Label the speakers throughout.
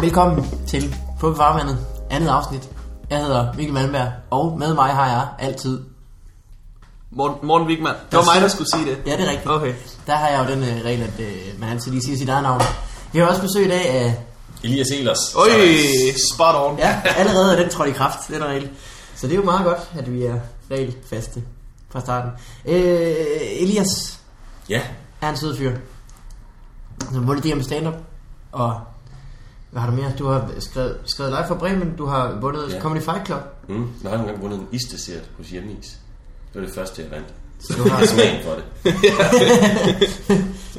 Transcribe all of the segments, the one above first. Speaker 1: Velkommen til På Bevarvandet, andet afsnit. Jeg hedder Mikkel Malmberg, og med mig har jeg altid...
Speaker 2: Morten, Morten Wigman. Det var mig, der skulle sige det.
Speaker 1: Ja, det er rigtigt.
Speaker 2: Okay.
Speaker 1: Der har jeg jo den øh, regel, at øh, man altid lige siger sit eget navn. Vi har også besøg i dag af...
Speaker 3: Elias Elers.
Speaker 2: Øj,
Speaker 3: Sådan.
Speaker 2: spot on.
Speaker 1: Ja, allerede er den trådt i kraft, den regel. Så det er jo meget godt, at vi er regelfaste fra starten. Øh, Elias
Speaker 3: Ja,
Speaker 1: er en sød fyr. Så målte det om stand-up, og... Hvad har du mere? Du har skrevet, skrevet live for Bremen, du har vundet
Speaker 3: Ja.
Speaker 1: Comedy Fight Club.
Speaker 3: mm. jeg har engang vundet en isdessert hos Hjemmeis. Det var det første, jeg vandt.
Speaker 1: Så du har
Speaker 3: Jeg smagen for det.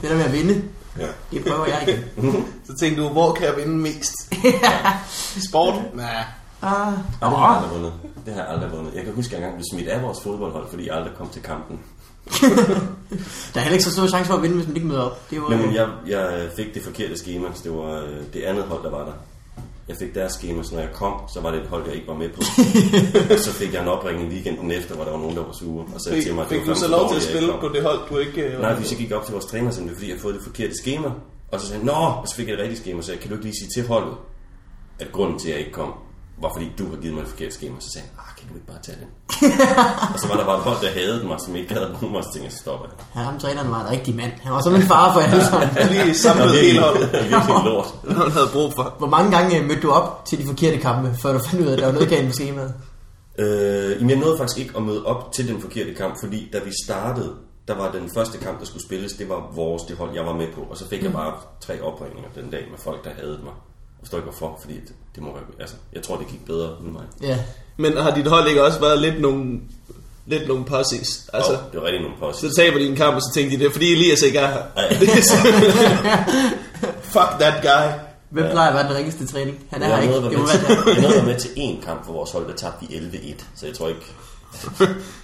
Speaker 1: det der med at vinde,
Speaker 3: Ja.
Speaker 1: det prøver jeg igen.
Speaker 2: Så tænkte du, hvor kan jeg vinde mest? I sport? Nej.
Speaker 1: Ah,
Speaker 3: Og det har jeg aldrig vundet. Det har jeg aldrig vundet. Jeg kan huske, at jeg engang blev smidt af vores fodboldhold, fordi jeg aldrig kom til kampen.
Speaker 1: der er heller ikke så stor chance for at vinde, hvis man ikke møder op. Det var,
Speaker 3: Men jeg, jeg fik det forkerte schema, så det var øh, det andet hold, der var der. Jeg fik deres schema, så når jeg kom, så var det et hold, jeg ikke var med på. og så fik jeg en opringning weekenden efter, hvor der var nogen, der var sure. Og så
Speaker 2: Fik,
Speaker 3: til mig, at det
Speaker 2: fik
Speaker 3: var
Speaker 2: du så
Speaker 3: fandme
Speaker 2: lov til at
Speaker 3: dårligt, jeg
Speaker 2: spille
Speaker 3: ikke
Speaker 2: på
Speaker 3: kom.
Speaker 2: det hold, du ikke... øh,
Speaker 3: Nej, fordi så gik jeg op til vores træner, og sagde, "Det er fordi jeg har fået det forkerte schema. Og så sagde han, Nå! Og så fik jeg det rigtige schema, så jeg, kan du ikke lige sige til holdet, at grunden til, at jeg ikke kom, var fordi du har givet mig det forkerte schema. Så sagde han, ah, kan du ikke bare tage det? og så var der bare et hold, der havde mig, som ikke havde nogen af os ting, og så stopper jeg.
Speaker 1: han, ham træneren var en rigtig mand. Han var som en far for alle sammen.
Speaker 2: Jeg lige
Speaker 3: Det var
Speaker 2: samlet hele
Speaker 3: virkelig,
Speaker 2: holdet.
Speaker 3: det var virkelig lort.
Speaker 2: Hun havde brug for.
Speaker 1: Hvor mange gange øh, mødte du op til de forkerte kampe, før du fandt ud af, at der var noget galt med skemaet?
Speaker 3: Øh, jamen, jeg nåede faktisk ikke at møde op til den forkerte kamp, fordi da vi startede, der var den første kamp, der skulle spilles, det var vores, det hold, jeg var med på. Og så fik
Speaker 1: Mm.
Speaker 3: jeg bare tre opringninger den dag med folk, der havde mig. Jeg forstår ikke hvorfor, fordi det, det må være, altså, jeg tror, det gik bedre end mig.
Speaker 1: Ja.
Speaker 2: Men har dit hold ikke også været lidt nogle... Lidt nogle pussies? Altså,
Speaker 3: Altså, oh, det var rigtig nogle post.
Speaker 2: så taber de en kamp, og så tænkte de det, er, fordi Elias ikke er her.
Speaker 3: Ej.
Speaker 2: Fuck that guy.
Speaker 1: Hvem plejer at være den ringeste træning? Han er her
Speaker 3: Jeg
Speaker 1: ikke.
Speaker 3: nåede at være
Speaker 1: Det må
Speaker 3: med
Speaker 1: være
Speaker 3: til- jeg nåede at være med til én kamp for vores hold, der tabte vi 11-1, så jeg tror ikke,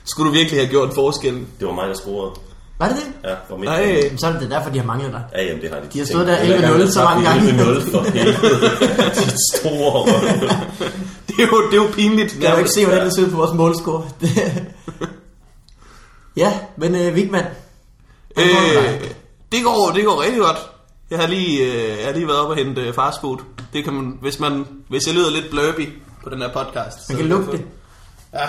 Speaker 2: Skulle du virkelig have gjort forskellen?
Speaker 3: det var mig, der scorede.
Speaker 1: der. Var det det?
Speaker 3: Ja, for mit
Speaker 2: Nej.
Speaker 3: hold.
Speaker 1: Jamen, så er det da derfor, de har manglet dig.
Speaker 3: Ja, jamen, det har de.
Speaker 1: De har
Speaker 3: tænkt.
Speaker 1: stået der
Speaker 3: Hver gang,
Speaker 1: 11-0 så
Speaker 3: tabte
Speaker 1: mange
Speaker 3: vi
Speaker 1: gange.
Speaker 3: 11-0 for helvede. De store hold.
Speaker 2: Det er jo, det er jo pinligt.
Speaker 1: Kan du ikke se, hvordan det ser ud på vores målscore? ja, men øh, Vigman. han går med dig.
Speaker 2: Øh, det går, det går rigtig godt. Jeg har lige, øh, jeg har lige været oppe og hente øh, fastfood. Det kan man, hvis, man, hvis jeg lyder lidt blurby på den her podcast.
Speaker 1: Man kan lugte det.
Speaker 2: Ja.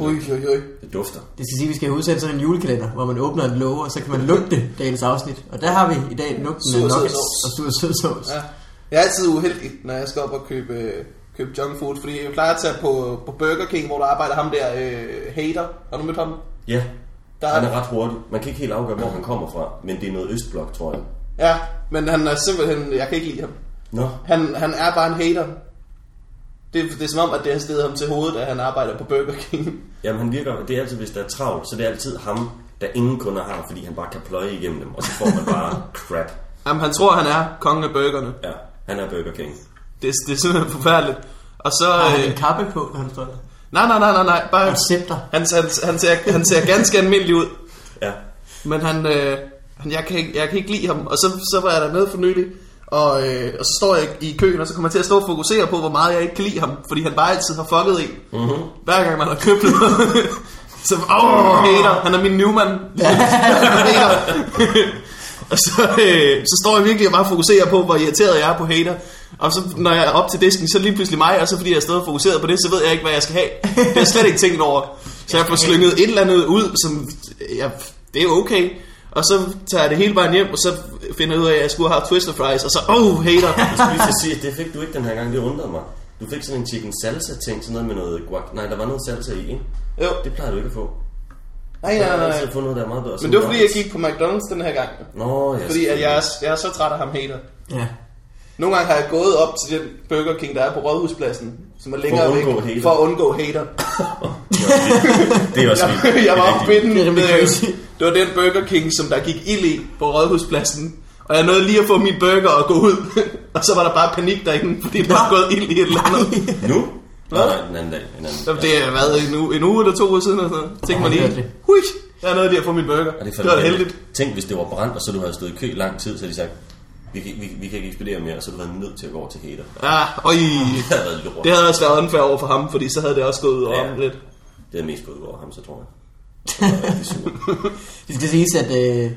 Speaker 2: Ui, ui, ui.
Speaker 3: Det dufter.
Speaker 1: Det skal sige, at vi skal have udsendt sådan en julekalender, hvor man åbner en låge, og så kan man lugte dagens afsnit. Og der har vi i dag lugten af
Speaker 2: Sur sød
Speaker 1: nuggets
Speaker 2: sovs.
Speaker 1: og sur sødsovs.
Speaker 4: Ja. Jeg er altid uheldig, når jeg skal op og købe, øh, købe junk food, fordi jeg plejer at tage på, på Burger King, hvor der arbejder ham der, øh, hater. Har du mødt ham?
Speaker 3: Ja,
Speaker 4: Der
Speaker 3: han er
Speaker 4: er,
Speaker 3: ret hurtig. Man kan ikke helt afgøre, hvor han kommer fra, men det er noget østblok, tror jeg.
Speaker 4: ja, men han er simpelthen, jeg kan ikke lide ham.
Speaker 3: Nå,
Speaker 4: Han, han er bare en hater. Det, det er som om, at det har stedet ham til hovedet, at han arbejder på Burger King.
Speaker 3: jamen han virker, det er altid, hvis der er travlt, så det er altid ham, der ingen kunder har, fordi han bare kan pløje igennem dem, og så får man bare crap.
Speaker 2: Jamen, han tror, han er kongen af burgerne.
Speaker 3: Ja, han er Burger King.
Speaker 2: Det, er- det er simpelthen forfærdeligt. Og så...
Speaker 1: Har han en
Speaker 2: Øh,
Speaker 1: kappe på, når han står der?
Speaker 2: nej, nej, nej, nej, nej. Bare,
Speaker 1: Et scepter?
Speaker 2: han, han, han, ser, han ser ganske almindelig ud.
Speaker 3: Ja,
Speaker 2: Men han, øh, han jeg, kan ikke, jeg kan ikke lide ham. Og så, så var jeg dernede for nylig, og, øh, og så står jeg i køen, og så kommer jeg til at stå og fokusere på, hvor meget jeg ikke kan lide ham. Fordi han bare altid har fucket en. Mm-hmm. Hver gang man har købt noget. så, åh, hater. Han er min Newman. hater. og så, øh, så står jeg virkelig og bare fokuserer på, hvor irriteret jeg er på hater. Og så når jeg er op til disken, så er det lige pludselig mig, og så fordi jeg er stadig fokuseret på det, så ved jeg ikke, hvad jeg skal have. Det har jeg slet ikke tænkt over. Så jeg får slynget et eller andet ud, som ja, det er okay. Og så tager jeg det hele vejen hjem, og så finder jeg ud af, at jeg skulle have haft twister fries, og så, oh, hater.
Speaker 3: jeg skulle lige til at sige, at det fik du ikke den her gang, det undrede mig. Du fik sådan en chicken salsa ting, sådan noget med noget guac. Nej, der var noget salsa i, ikke?
Speaker 4: Jo.
Speaker 3: Det plejer du ikke at få.
Speaker 4: Nej,
Speaker 3: Jeg
Speaker 4: nej,
Speaker 3: har
Speaker 4: nej.
Speaker 3: altid fået noget, der er meget bedre.
Speaker 4: Men det var fordi, jeg gik på McDonald's den her gang.
Speaker 3: Nå, ja,
Speaker 4: Fordi at jeg, er, jeg er så træt af ham hater.
Speaker 1: Ja.
Speaker 4: Nogle gange har jeg gået op til den Burger King, der er på Rådhuspladsen, som er længere
Speaker 3: undgå
Speaker 4: væk,
Speaker 3: hater.
Speaker 4: for at undgå hater.
Speaker 3: Det er også vildt.
Speaker 4: jeg, jeg var oppe ved den.
Speaker 1: Det er rimelig
Speaker 4: øh,
Speaker 1: crazy.
Speaker 4: Det var den Burger King, som der gik ild i på Rådhuspladsen. Og jeg nåede lige at få min burger og gå ud. og så var der bare panik derinde, fordi der var gået ild i et eller andet.
Speaker 3: Nu? Nej, nej, en anden dag. En anden.
Speaker 2: Så det har været en uge, en uge eller to uger siden, og sådan noget. Tænk mig
Speaker 1: det er
Speaker 2: lige,
Speaker 1: det.
Speaker 2: hui, jeg nåede lige at få min burger. Det,
Speaker 3: Og det,
Speaker 2: det var da heldigt.
Speaker 3: Tænk, hvis det var brændt, og så du havde stået i kø i lang tid, så havde de sagt, vi kan, vi, vi kan ikke ekspedere mere, og så havde du været nødt til at gå over til hater.
Speaker 2: Ja, øj.
Speaker 3: Det havde været lort.
Speaker 2: Det
Speaker 3: Det,
Speaker 2: havde også været unfair over for ham, fordi så havde det også gået ud over
Speaker 3: Ja.
Speaker 2: ham lidt.
Speaker 3: det havde mest gået ud over ham, så tror jeg. Det var rigtig sur.
Speaker 1: Det skal siges, at øh,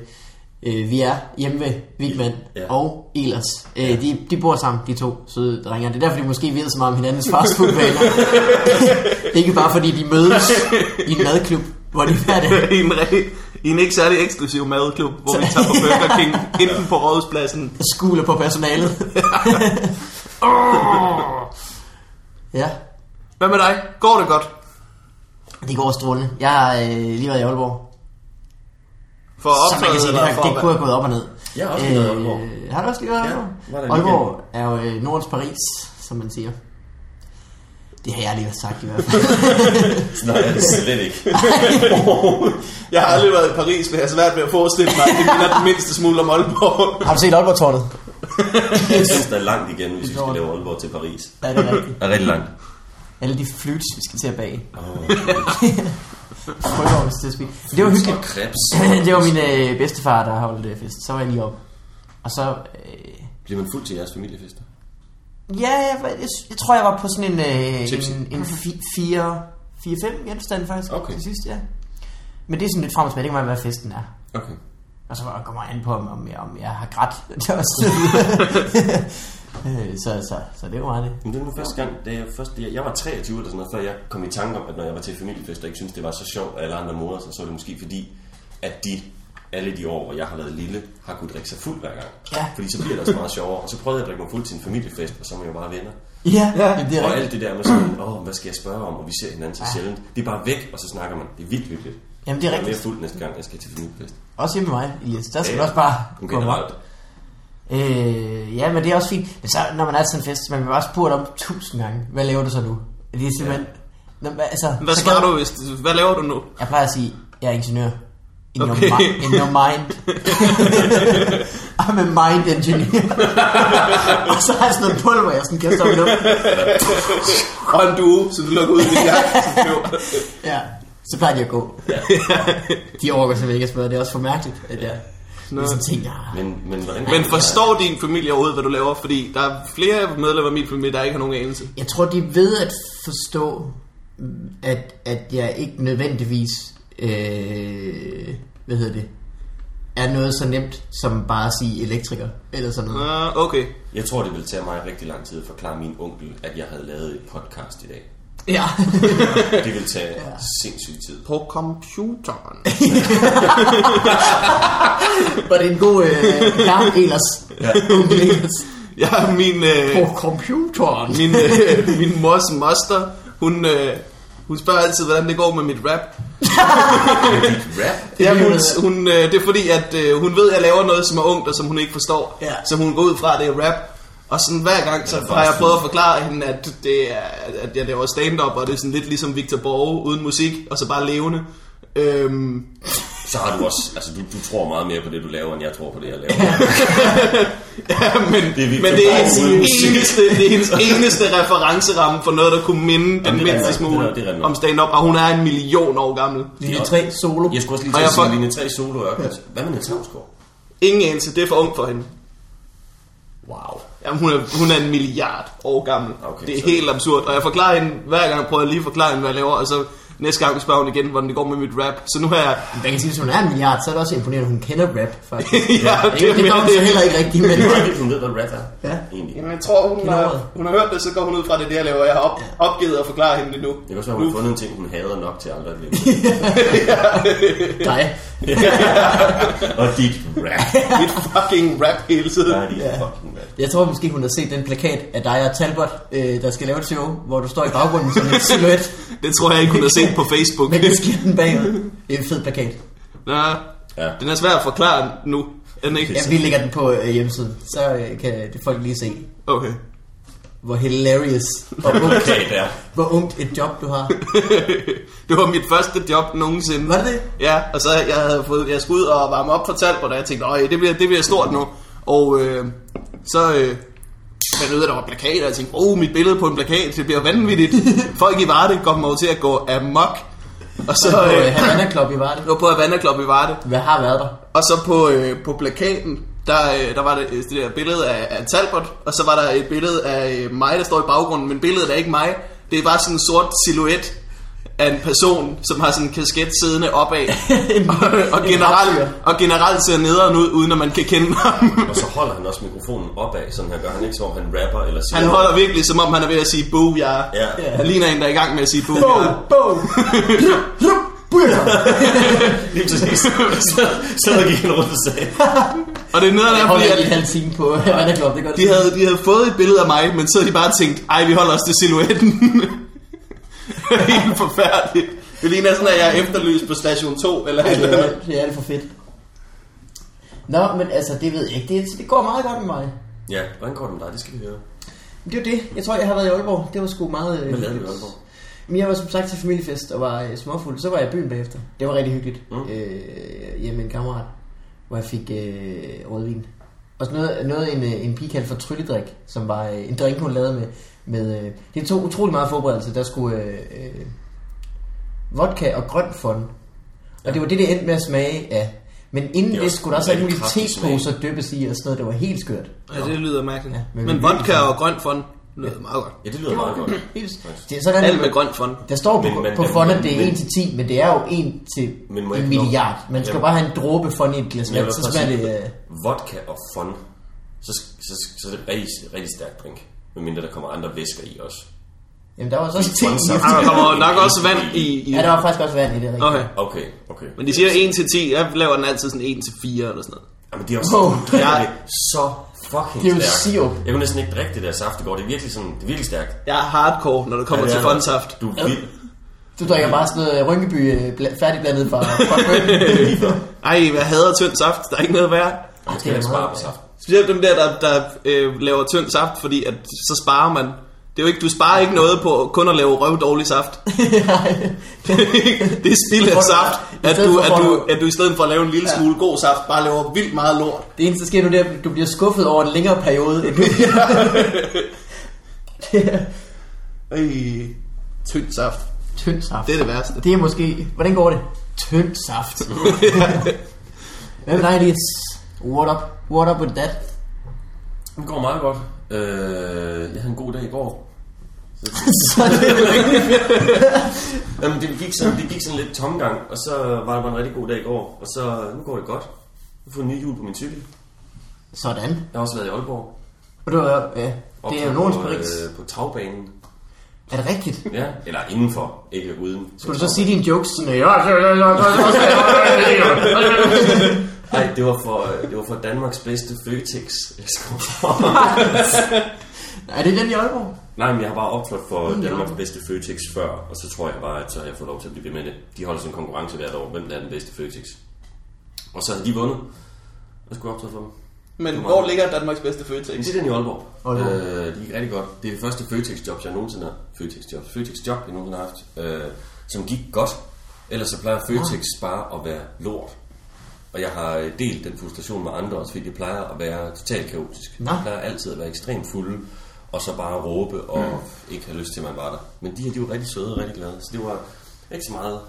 Speaker 1: Øh, vi er hjemme ved Vigman
Speaker 3: Ja.
Speaker 1: ja. og Elers. Øh, de, de bor sammen, de to søde drenge. Det er derfor, de måske ved så meget om hinandens fastfoodvaner. det er ikke bare fordi, de mødes i en madklub, hvor de hver dag...
Speaker 2: I en, re- i en ikke særlig eksklusiv madklub, hvor vi tager på Burger King, enten på Rådhuspladsen.
Speaker 1: skuler på personalet. ja,
Speaker 2: Hvad med dig? Går det godt?
Speaker 1: det går strålende. Jeg har øh, lige været i Aalborg.
Speaker 2: For at
Speaker 1: Så man kan
Speaker 2: optræde
Speaker 1: sige, det,
Speaker 2: eller
Speaker 1: har,
Speaker 2: for
Speaker 1: det kunne have gået op og ned. Øh,
Speaker 3: Jeg har også lige været i Aalborg.
Speaker 1: Har du også lige været i
Speaker 3: Ja,
Speaker 1: Aalborg?
Speaker 3: var der en
Speaker 1: Aalborg er jo øh, Nordens Paris, som man siger. Det har jeg lige sagt i hvert fald.
Speaker 3: Nej, det er slet ikke.
Speaker 2: Jeg har aldrig været i Paris, men jeg har svært ved at forestille mig, at det minder den mindste smule om Aalborg.
Speaker 1: har du set Aalborg-tårnet?
Speaker 3: Jeg synes, der er langt igen, hvis vi skal lave Aalborg til Paris.
Speaker 1: Ja, det er rigtigt.
Speaker 3: Der er rigtig langt.
Speaker 1: Alle de flutes, vi skal til at bage.
Speaker 3: Oh,
Speaker 1: Frølovens til at spise. Det var hyggeligt.
Speaker 3: og krebs.
Speaker 1: det var min øh, bedstefar, der holdt øh, fest. Så var jeg lige op. Og så... Øh,
Speaker 3: Bliver man fuld til jeres familiefester?
Speaker 1: Ja, jeg, var- jeg, jeg tror, jeg var på sådan en, øh,
Speaker 3: Tipsy.
Speaker 1: en, en 4-5 genstande faktisk
Speaker 3: Okay.
Speaker 1: til sidst, ja. Men det er sådan lidt frem og tilbage, det kan være, hvad festen er.
Speaker 3: Okay.
Speaker 1: Og så kommer jeg an på, om, om, jeg, om jeg har grædt. Det er også Øh, så, så, så det var meget det.
Speaker 3: Men det var første gang, da jeg, først, jeg, jeg var 23 eller sådan noget, før jeg kom i tanke om, at når jeg var til familiefest, og ikke syntes, det var så sjovt, at alle andre måder, så, så var det måske fordi, at de alle de år, hvor jeg har været lille, har kunnet drikke sig fuld hver gang.
Speaker 1: Ja.
Speaker 3: Fordi så bliver det også meget sjovere. Og så prøvede jeg at drikke mig fuld til en familiefest, og så var jeg bare venner.
Speaker 1: Ja, ja. det er
Speaker 3: Og
Speaker 1: rigtigt. Ah.
Speaker 3: alt det der med sådan, åh, hvad skal jeg spørge om, og vi ser hinanden så sjældent. Det er bare væk, og så snakker man. Det er vildt hyggeligt.
Speaker 1: Jamen, det er
Speaker 3: Jeg er mere
Speaker 1: rigtigt.
Speaker 3: fuld næste gang, jeg skal til familiefest.
Speaker 1: Også hjemme med mig, Elias. Der skal
Speaker 3: Ja,
Speaker 1: du også bare
Speaker 3: Men
Speaker 1: komme op.
Speaker 3: Generelt.
Speaker 1: Øh, ja, men det er også fint. Men så, når man er til sådan en fest, man bliver bare spurgt om tusind gange, hvad laver du så nu? Det er simpelthen... Nå, men altså,
Speaker 2: Hvad
Speaker 1: så
Speaker 2: svarer
Speaker 1: kan-
Speaker 2: du, hvis du- hvad laver du nu?
Speaker 1: Jeg plejer at sige, jeg er ingeniør. In, okay.
Speaker 2: Okay.
Speaker 1: your, mi- in your mind. I'm a mind engineer. og så har jeg sådan noget pulver, jeg sådan kaster op i luften.
Speaker 2: Og en duo, så du lukker ud i din jakke.
Speaker 1: Ja. Så plejer de at gå. de overgår simpelthen ikke at spørge. Det er også for mærkeligt, at jeg ligesom tænker, "Ah,
Speaker 3: Men, men, hvordan
Speaker 2: Men forstår din familie overhovedet, hvad du laver? Fordi der er flere medlemmer af min familie, der ikke har nogen anelse.
Speaker 1: jeg tror, de er ved at forstå, at, at jeg ikke nødvendigvis, øh, hvad hedder det, er noget så nemt som bare at sige elektriker, eller sådan noget.
Speaker 2: Ah, okay.
Speaker 3: Jeg tror, det ville tage mig rigtig lang tid at forklare min onkel, at jeg havde lavet et podcast i dag.
Speaker 1: Ja.
Speaker 3: Det ville tage ja. sindssygt tid.
Speaker 2: På computeren.
Speaker 1: Var det en god øh, gang ellers?
Speaker 3: Ja.
Speaker 1: Onkel Elers.
Speaker 2: Jeg har min... Øh,
Speaker 1: På computeren.
Speaker 2: min, øh, min mors moster, hun, øh, hun spørger altid, hvordan det går med mit rap.
Speaker 3: Rap?
Speaker 2: Ja,
Speaker 1: lyder
Speaker 2: hun,
Speaker 1: det.
Speaker 2: hun, øh, det er fordi, at øh, hun ved, at jeg laver noget, som er ungt, og som hun ikke forstår.
Speaker 1: Ja.
Speaker 2: Så hun går ud fra, at det er rap. Og sådan hver gang, så
Speaker 3: Det er
Speaker 2: har jeg
Speaker 3: faktisk
Speaker 2: prøvet at forklare hende, at, det er, at jeg laver stand-up, og det er sådan lidt ligesom Victor Borge, uden musik, og så bare levende. Øhm,
Speaker 3: Så har du også... Altså, du, du tror meget mere på det, du laver, end jeg tror på det, jeg laver.
Speaker 2: men
Speaker 3: Det er Victor
Speaker 2: men det er
Speaker 3: Borge
Speaker 2: hendes
Speaker 3: uden musik.
Speaker 2: eneste, det er hendes eneste referenceramme for noget, der kunne minde den
Speaker 3: det er
Speaker 2: mindste
Speaker 3: rigtigt.
Speaker 2: smule
Speaker 3: Det er- det er rigtigt.
Speaker 2: om stand-up, og hun er en million år gammel.
Speaker 1: Linje 3 solo.
Speaker 3: Jeg skulle også lige
Speaker 2: Og
Speaker 3: til at
Speaker 2: jeg
Speaker 3: sige,
Speaker 2: får-
Speaker 3: linje 3 solo er også- Hvad med Niels Havsgaard?
Speaker 2: Ingen anelse, det er for ung for hende.
Speaker 3: Wow.
Speaker 2: Jamen, hun er, hun er en milliard år gammel.
Speaker 3: Okay,
Speaker 2: Okay, det er
Speaker 3: så-
Speaker 2: helt absurd. Og jeg forklarer hende, hver gang prøver jeg lige at forklare hende, hvad jeg laver, og så næste gang spørger hun igen, hvordan det går med mit rap. Så nu har jeg...
Speaker 1: Man kan sige, hvis hun er en milliard, så er det også imponerende, at hun kender rap, faktisk.
Speaker 2: ja,
Speaker 1: det, det gør hun så heller ikke rigtigt, men...
Speaker 3: Det er rigtigt, hun ved, hvad rap er.
Speaker 1: Ja.
Speaker 3: Egentlig.
Speaker 2: Jamen, jeg tror, hun
Speaker 1: Kender
Speaker 2: har, hun har hørt det, så går hun ud fra, at det er det, jeg laver. Jeg har op, opgivet at forklare hende det nu.
Speaker 3: Det kan også være, hun
Speaker 2: nu.
Speaker 3: har fundet en ting, hun hader nok til aldrig at blive.
Speaker 1: Dig.
Speaker 3: Og dit rap.
Speaker 2: Mit fucking rap hele tiden.
Speaker 3: Der er dit
Speaker 1: Ja.
Speaker 3: fucking rap.
Speaker 1: Jeg tror måske, hun har set den plakat af dig og Talbot, øh, der skal lave et show, hvor du står i baggrunden som en silhuet
Speaker 2: Det tror jeg ikke, hun har set på Facebook.
Speaker 1: med disketten bagud. Det er en fed plakat.
Speaker 2: Nå,
Speaker 3: Ja.
Speaker 2: den er svær at forklare nu. Er den ikke?
Speaker 1: Ja, vi lægger den på øh, hjemmesiden, så øh, kan det folk lige se,
Speaker 2: Okay.
Speaker 1: hvor hilarious og ungt,
Speaker 3: Okay, der.
Speaker 1: hvor ungt et job du har.
Speaker 2: det var mit første job nogensinde.
Speaker 1: Var det det?
Speaker 2: Ja, og så jeg havde fået, jeg skulle ud og varme op for Talbot, og jeg tænkte, øj, det bliver, det bliver stort nu. Og øh, så øh, fandt jeg ud af, at der var plakater, og jeg tænkte, oh, mit billede på en plakat, det bliver vanvittigt. Folk i Varde kommer jo til at gå amok. Og så
Speaker 1: På øh,
Speaker 2: øh,
Speaker 1: Havana Club i Varde.
Speaker 2: jeg var på Havana Club i Varde,
Speaker 1: Hvad har været der?
Speaker 2: og så på, øh, på plakaten, der, øh, der var det, øh, det der billede af, af Talbot, og så var der et billede af øh, mig, der står i baggrunden, men billedet er ikke mig. Det er bare sådan en sort silhuet af en person, som har sådan en kasket siddende opad, og, og, generelt, og generelt ser nederen ud, uden at man kan kende ham.
Speaker 3: Og så holder han også mikrofonen opad, sådan her gør han ikke, som om han rapper eller siger...
Speaker 2: Han holder virkelig, som om han er ved at sige boo, jeg
Speaker 3: Ja.
Speaker 2: Han ligner en, der er i gang med at sige boo,
Speaker 1: Boom,
Speaker 2: jeg
Speaker 1: boom. Plup, plup, bøller.
Speaker 3: Lige præcis. så, så gik han rundt og sagde...
Speaker 2: Og det er nederen, er,
Speaker 1: Jeg holder
Speaker 2: fordi
Speaker 1: lige en
Speaker 2: at
Speaker 1: halv time på Vanderklub, det er godt.
Speaker 2: de havde, de havde fået et billede af mig, men så havde de bare tænkt, ej, vi holder os til silhuetten. det er helt forfærdeligt. Det ligner sådan, at jeg er efterlyst på station 2, eller et
Speaker 1: Ej,
Speaker 2: eller
Speaker 1: det,
Speaker 2: andet.
Speaker 1: er, Øh, det er alt for fedt. Nå, men altså, det ved jeg ikke. Det, det går meget godt med mig.
Speaker 3: Ja, hvordan går det med dig? Det skal vi høre.
Speaker 1: Men Det er jo det. Jeg tror, jeg har været i Aalborg. Det var sgu meget... øh,
Speaker 3: Hvad lavede du i
Speaker 1: hyggeligt.
Speaker 3: Aalborg?
Speaker 1: Men jeg var som sagt til familiefest og var øh, småfuld. Så var jeg i byen bagefter. Det var rigtig hyggeligt. Mm. Øh, hjemme med en kammerat, hvor jeg fik øh, rødvin. Og sådan noget, noget en, øh, en pige kaldte for trylledrik, som var øh, en drink, hun lavede med... med øh, det tog utrolig meget forberedelse. Der skulle øh, øh, vodka og grøn fond. Og det var det, det endte med at smage af. Men inden
Speaker 3: Det er
Speaker 1: det, det
Speaker 3: også
Speaker 1: skulle der også alle
Speaker 3: en
Speaker 1: mulige
Speaker 3: kraftig smag.
Speaker 1: teposer dyppes i og sådan noget. Det var helt skørt.
Speaker 2: Ja, det lyder mærkeligt. Ja,
Speaker 1: men
Speaker 2: men,
Speaker 1: vi-
Speaker 2: men vodka og grøn fond lyder meget godt.
Speaker 3: Ja, det lyder meget godt.
Speaker 1: Det er sådan,
Speaker 2: Alt med grøn fond.
Speaker 1: Der står
Speaker 3: Men-
Speaker 1: på,
Speaker 3: men-
Speaker 1: på
Speaker 3: men-
Speaker 1: fonden,
Speaker 3: men-
Speaker 1: at det
Speaker 3: men-
Speaker 1: er 1 til 10, men det er jo 1 til
Speaker 3: Men må jeg
Speaker 1: en
Speaker 3: ikke-
Speaker 1: milliard. Man skal
Speaker 3: Jamen-
Speaker 1: bare have en dråbe fond i et glas
Speaker 3: Men jeg
Speaker 1: vand,
Speaker 3: vil
Speaker 1: så
Speaker 3: bare
Speaker 1: smager
Speaker 3: sige,
Speaker 1: det... øh,
Speaker 3: Vodka og fun, så, så, så, så er det et rigtig, rigtig stærk drink. Medmindre der kommer andre væsker i også.
Speaker 1: Jamen, der var så også 10 i.
Speaker 2: Og der kommer nok også vand i... i
Speaker 1: Ja, der var faktisk også vand i det, rigtigt.
Speaker 2: okay.
Speaker 3: Okay, okay.
Speaker 2: Men de siger 1 til 10, jeg laver den altid sådan 1 til 4 eller sådan noget.
Speaker 3: Jamen, det er også
Speaker 1: Wow.
Speaker 3: oh, jeg er så fucking
Speaker 1: Det er jo
Speaker 3: stærkt.
Speaker 1: sirup.
Speaker 3: Jeg kunne næsten ikke drikke det der saft i går. Det er virkelig sådan, det er virkelig stærkt.
Speaker 2: Jeg er hardcore, når det kommer
Speaker 3: Ja,
Speaker 2: ja,
Speaker 3: det
Speaker 2: til
Speaker 3: er det.
Speaker 2: fondsaft.
Speaker 3: Du er vild.
Speaker 1: Du drikker bare sådan noget øh, Rynkeby øh, bla- færdigblandet fra fra bønnen.
Speaker 2: Ej, jeg hader tynd saft, der er ikke noget værd.
Speaker 3: Jeg
Speaker 1: det er
Speaker 3: skal ikke spare
Speaker 1: meget-
Speaker 3: på saft.
Speaker 2: Specielt dem der, der, der øh, laver tynd saft, fordi at, så sparer man. Det er jo ikke, du sparer ikke noget på kun at lave røvdårlig saft. det er spild af saft,
Speaker 1: I
Speaker 2: at
Speaker 1: stedet
Speaker 2: du,
Speaker 1: for
Speaker 2: at,
Speaker 1: får
Speaker 2: du,
Speaker 1: du-
Speaker 2: at du i stedet for at lave en lille smule god saft, bare laver vildt meget lort.
Speaker 1: Det eneste, der sker nu, det er, at du bliver skuffet over en længere periode. End du... det er
Speaker 2: Øj, tynd saft.
Speaker 1: tynd saft.
Speaker 2: Det er det værste.
Speaker 1: Det er måske... Hvordan går det? Tynd saft. Hvad med dig, Elias? What up? What up with that?
Speaker 3: Det går meget godt. Øh, jeg havde en god dag i går.
Speaker 1: Så er det
Speaker 3: Jamen, det gik sådan, det gik sådan lidt tomgang, og så var det bare en rigtig god dag i går. Og så, nu går det godt. Jeg har fået en ny hjul på min cykel.
Speaker 1: Sådan.
Speaker 3: Jeg har også været i Aalborg.
Speaker 1: Og du er, ja, det er jo
Speaker 3: Optog
Speaker 1: Nordens
Speaker 3: på,
Speaker 1: Paris.
Speaker 3: øh, på tagbanen.
Speaker 1: Er det rigtigt?
Speaker 3: Ja, eller indenfor, ikke uden.
Speaker 1: Skulle du så sige dine jokes sådan, ja,
Speaker 3: Nej, det var for, øh, det var for Danmarks bedste Føtex. Jeg skulle
Speaker 1: er det den i Aalborg?
Speaker 3: Nej, men jeg har bare optrådt for Danmarks bedste Føtex før, og så tror jeg bare, at så har jeg fået lov til at blive ved med det. De holder sådan en konkurrence hvert år, hvem der er den bedste Føtex. Og så har de vundet, og skulle jeg optræde for dem.
Speaker 2: Men
Speaker 3: Det var-
Speaker 2: hvor ligger Danmarks bedste Føtex?
Speaker 3: Men det er den i Aalborg.
Speaker 1: Aalborg.
Speaker 3: Øh, det gik rigtig godt. Det er det første Føtex-job, jeg nogensinde har Føtex-job. Føtex-job, jeg nogensinde har haft, øh, som gik godt. Ellers så plejer Føtex bare at være lort. Og jeg har øh, delt den frustration med andre også, fordi det plejer at være totalt kaotisk.
Speaker 1: Nå.
Speaker 3: Det plejer altid at være ekstremt fulde, og så bare råbe og ikke have lyst til, at man var der. Men de her, de var rigtig søde og rigtig glade, så det var ikke så meget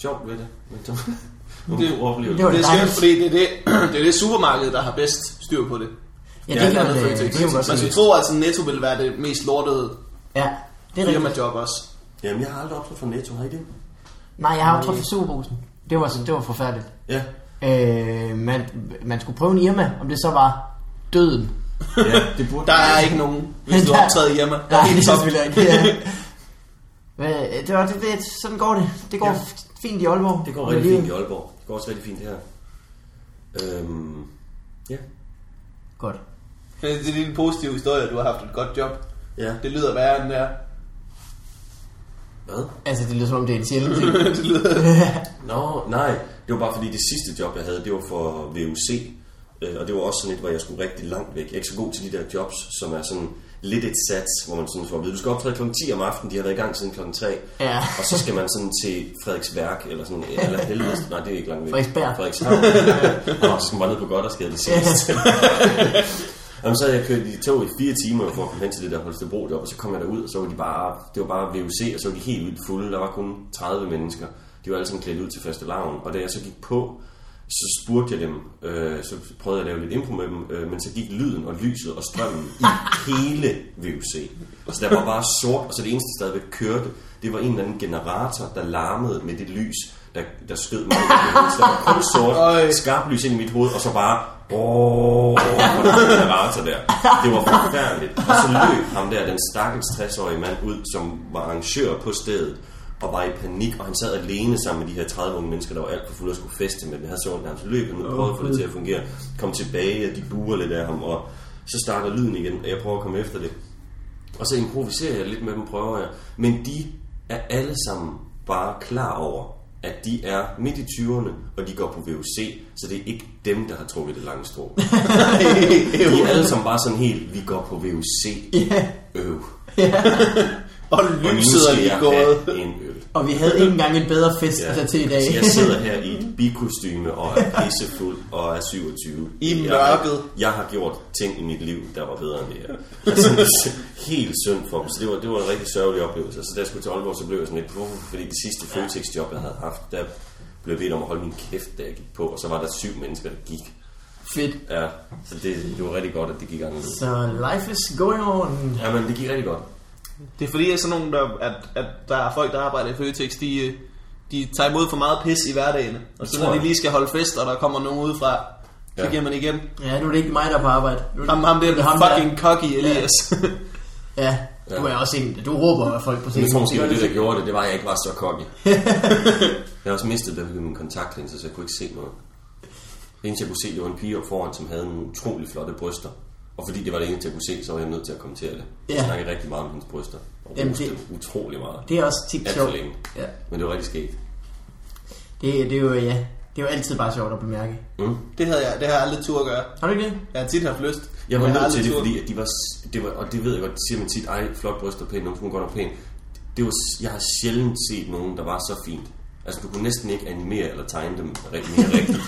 Speaker 3: sjovt ved det. Men det var nogle gode oplevelser.
Speaker 1: det var
Speaker 2: Det er skønt,
Speaker 1: dejligt.
Speaker 2: fordi det er det, det er det supermarked, der har bedst styr på det.
Speaker 1: Ja, det er klart,
Speaker 2: andet
Speaker 1: øh,
Speaker 2: Føtex.
Speaker 1: det er jo godt
Speaker 2: Man
Speaker 1: set.
Speaker 2: skulle tro, at sådan Netto ville være det mest lortede
Speaker 1: Ja, det er rigtigt.
Speaker 2: firmajob også.
Speaker 3: Jamen, jeg har aldrig optrådt for Netto, har I det?
Speaker 1: Nej, jeg har jo truffet Superbrusen. Det var, det var forfærdeligt.
Speaker 3: Ja.
Speaker 1: Øh, man, man skulle prøve en Irma, om det så var døden.
Speaker 3: ja det burde
Speaker 2: Der er ikke nogen, hvis du
Speaker 1: Der-
Speaker 2: optræder hjemme. Der
Speaker 1: Nej,
Speaker 2: er en
Speaker 1: det
Speaker 2: top.
Speaker 1: synes vi da ikke. Ja. Men, det var, det, det, sådan går det. Det går ja. fint i Aalborg.
Speaker 3: Det går
Speaker 1: Med
Speaker 3: rigtig
Speaker 1: livet.
Speaker 3: fint i Aalborg. Det går også rigtig fint her. Øhm, ja.
Speaker 1: Godt.
Speaker 2: Det er din positive historie, at du har haft et godt job.
Speaker 3: ja.
Speaker 2: Det lyder værre end det er.
Speaker 3: Hvad?
Speaker 1: Altså, det lyder som om, det er en sjælden ting.
Speaker 2: det lyder...
Speaker 3: Nå, nej. Det var bare fordi det sidste job, jeg havde, det var for VUC. Øh, Og det var også sådan et, hvor jeg skulle rigtig langt væk. Jeg er ikke så god til de der jobs, som er sådan lidt et sats, hvor man sådan får at vide, du skal optræde kl. 10 om aftenen, de har været i gang siden kl. 3.
Speaker 1: Ja.
Speaker 3: Og så skal man sådan til Frederiksværk, eller sådan, eller heldigvis, nej, det er ikke langt væk.
Speaker 1: Frederiksberg.
Speaker 3: Frederikshavn. Nå, så skal man bare ned på Goddersgade det sidste. Jamen, så havde jeg kørt i tog i fire timer for at komme hen til det der Holstebro deroppe, og så kom jeg derud, og så var de bare, det var bare VUC, og så var de helt vildt fulde. Der var kun 30 mennesker. De var alle sammen klædt ud til faste lavn, og da jeg så gik på, så spurgte jeg dem, øh, så prøvede jeg at lave lidt impro med dem, øh, men så gik lyden og lyset og strømmen i hele VUC. Så Altså, der var bare sort, og så det eneste, der stadigvæk kørte, det var en eller anden generator, der larmede med det lys, der, der skød mig. Så der var kun sort, skarpt lys ind i mit hoved, og så bare... Åh, den generator der. Det var forfærdeligt. Og så løb ham der, den stakkels 60-årige mand, ud, som var arrangør på stedet og var i panik, og han sad alene sammen med de her 30 unge mennesker, der var alt for fulde og skulle feste med den her sort nærmest løb, og nu prøvede at få det til at fungere. Kom tilbage, og de buer lidt af ham, og så starter lyden igen, og jeg prøver at komme efter det. Og så improviserer jeg lidt med dem, prøver jeg. Men de er alle sammen bare klar over, at de er midt i 20'erne, og de går på VUC, så det er ikke dem, der har trukket det lange strå. de er alle sammen bare sådan helt, vi går på VUC, øv.
Speaker 2: Og
Speaker 3: Og nu
Speaker 2: lyset er
Speaker 3: skal
Speaker 2: lige
Speaker 3: jeg
Speaker 2: gået.
Speaker 3: have en øl.
Speaker 1: Og vi havde ikke engang en bedre fest ja. Altså, til i dag.
Speaker 3: Så jeg sidder her i et bikostyme og er pissefuld og er 27.
Speaker 2: I
Speaker 3: Jeg-
Speaker 2: mørket.
Speaker 3: Jeg har gjort ting i mit liv, der var bedre end det her. Jeg synes, helt synd for dem. Så det var, det var en rigtig sørgelig oplevelse. Og Så da jeg skulle til Aalborg, så blev jeg sådan lidt... Uh, fordi det sidste Føtex-job, jeg havde haft, der blev jeg bedt om at holde min kæft, da jeg gik på. Og så var der syv mennesker, der gik.
Speaker 1: Fedt.
Speaker 3: Ja, så det, det var rigtig godt, at det gik anderledes.
Speaker 1: Så life is going on.
Speaker 3: Ja, men det gik rigtig godt.
Speaker 2: Det er fordi, at, sådan nogle, der, at, at der er folk, der arbejder i Føtex, de, øh, de tager imod for meget pis i hverdagen. Og så
Speaker 3: tror
Speaker 2: når de
Speaker 3: jeg.
Speaker 2: lige skal holde fest, og der kommer nogen udefra, så
Speaker 3: Ja.
Speaker 2: giver man igen.
Speaker 1: Ja, nu er det ikke mig, der er på arbejde. Nu er det
Speaker 2: Ham, ham der
Speaker 1: ham
Speaker 2: fucking cocky Elias.
Speaker 1: Der. Ja, du er også en, du råber af folk på scenen.
Speaker 3: Jeg tror måske, det var det, der gjorde det. Det var, at jeg ikke var så cocky. jeg har også mistet det ved min kontaktlinse, så jeg kunne ikke se noget. Det eneste, jeg kunne se, det var en pige op foran, som havde nogle utrolig flotte bryster. Og fordi det var det eneste, jeg kunne se, så var jeg nødt til at kommentere det. Jeg
Speaker 1: Ja.
Speaker 3: snakkede rigtig meget om hendes bryster. Og
Speaker 1: Jamen,
Speaker 3: Jamen, det...
Speaker 1: det-
Speaker 3: utrolig meget.
Speaker 1: Det er også tit
Speaker 3: Alt for
Speaker 1: sjovt.
Speaker 3: længe.
Speaker 1: Ja.
Speaker 3: Men det var rigtig skægt.
Speaker 1: Det, det er jo, ja, det er jo altid bare sjovt at bemærke.
Speaker 3: Mm.
Speaker 2: det, havde jeg, det har jeg aldrig tur at gøre.
Speaker 1: Har du ikke det?
Speaker 2: Jeg har tit haft lyst.
Speaker 3: Jeg var
Speaker 2: men har
Speaker 3: nødt til
Speaker 2: aldrig
Speaker 3: det,
Speaker 2: tur.
Speaker 3: fordi at de var, s- det var, og det ved jeg godt, det siger man tit, ej, flot bryst og pæn, nogen hun godt nok pæn. Det var, s- jeg har sjældent set nogen, der var så fint. Altså, du kunne næsten ikke animere eller tegne dem rigtig mere rigtigt.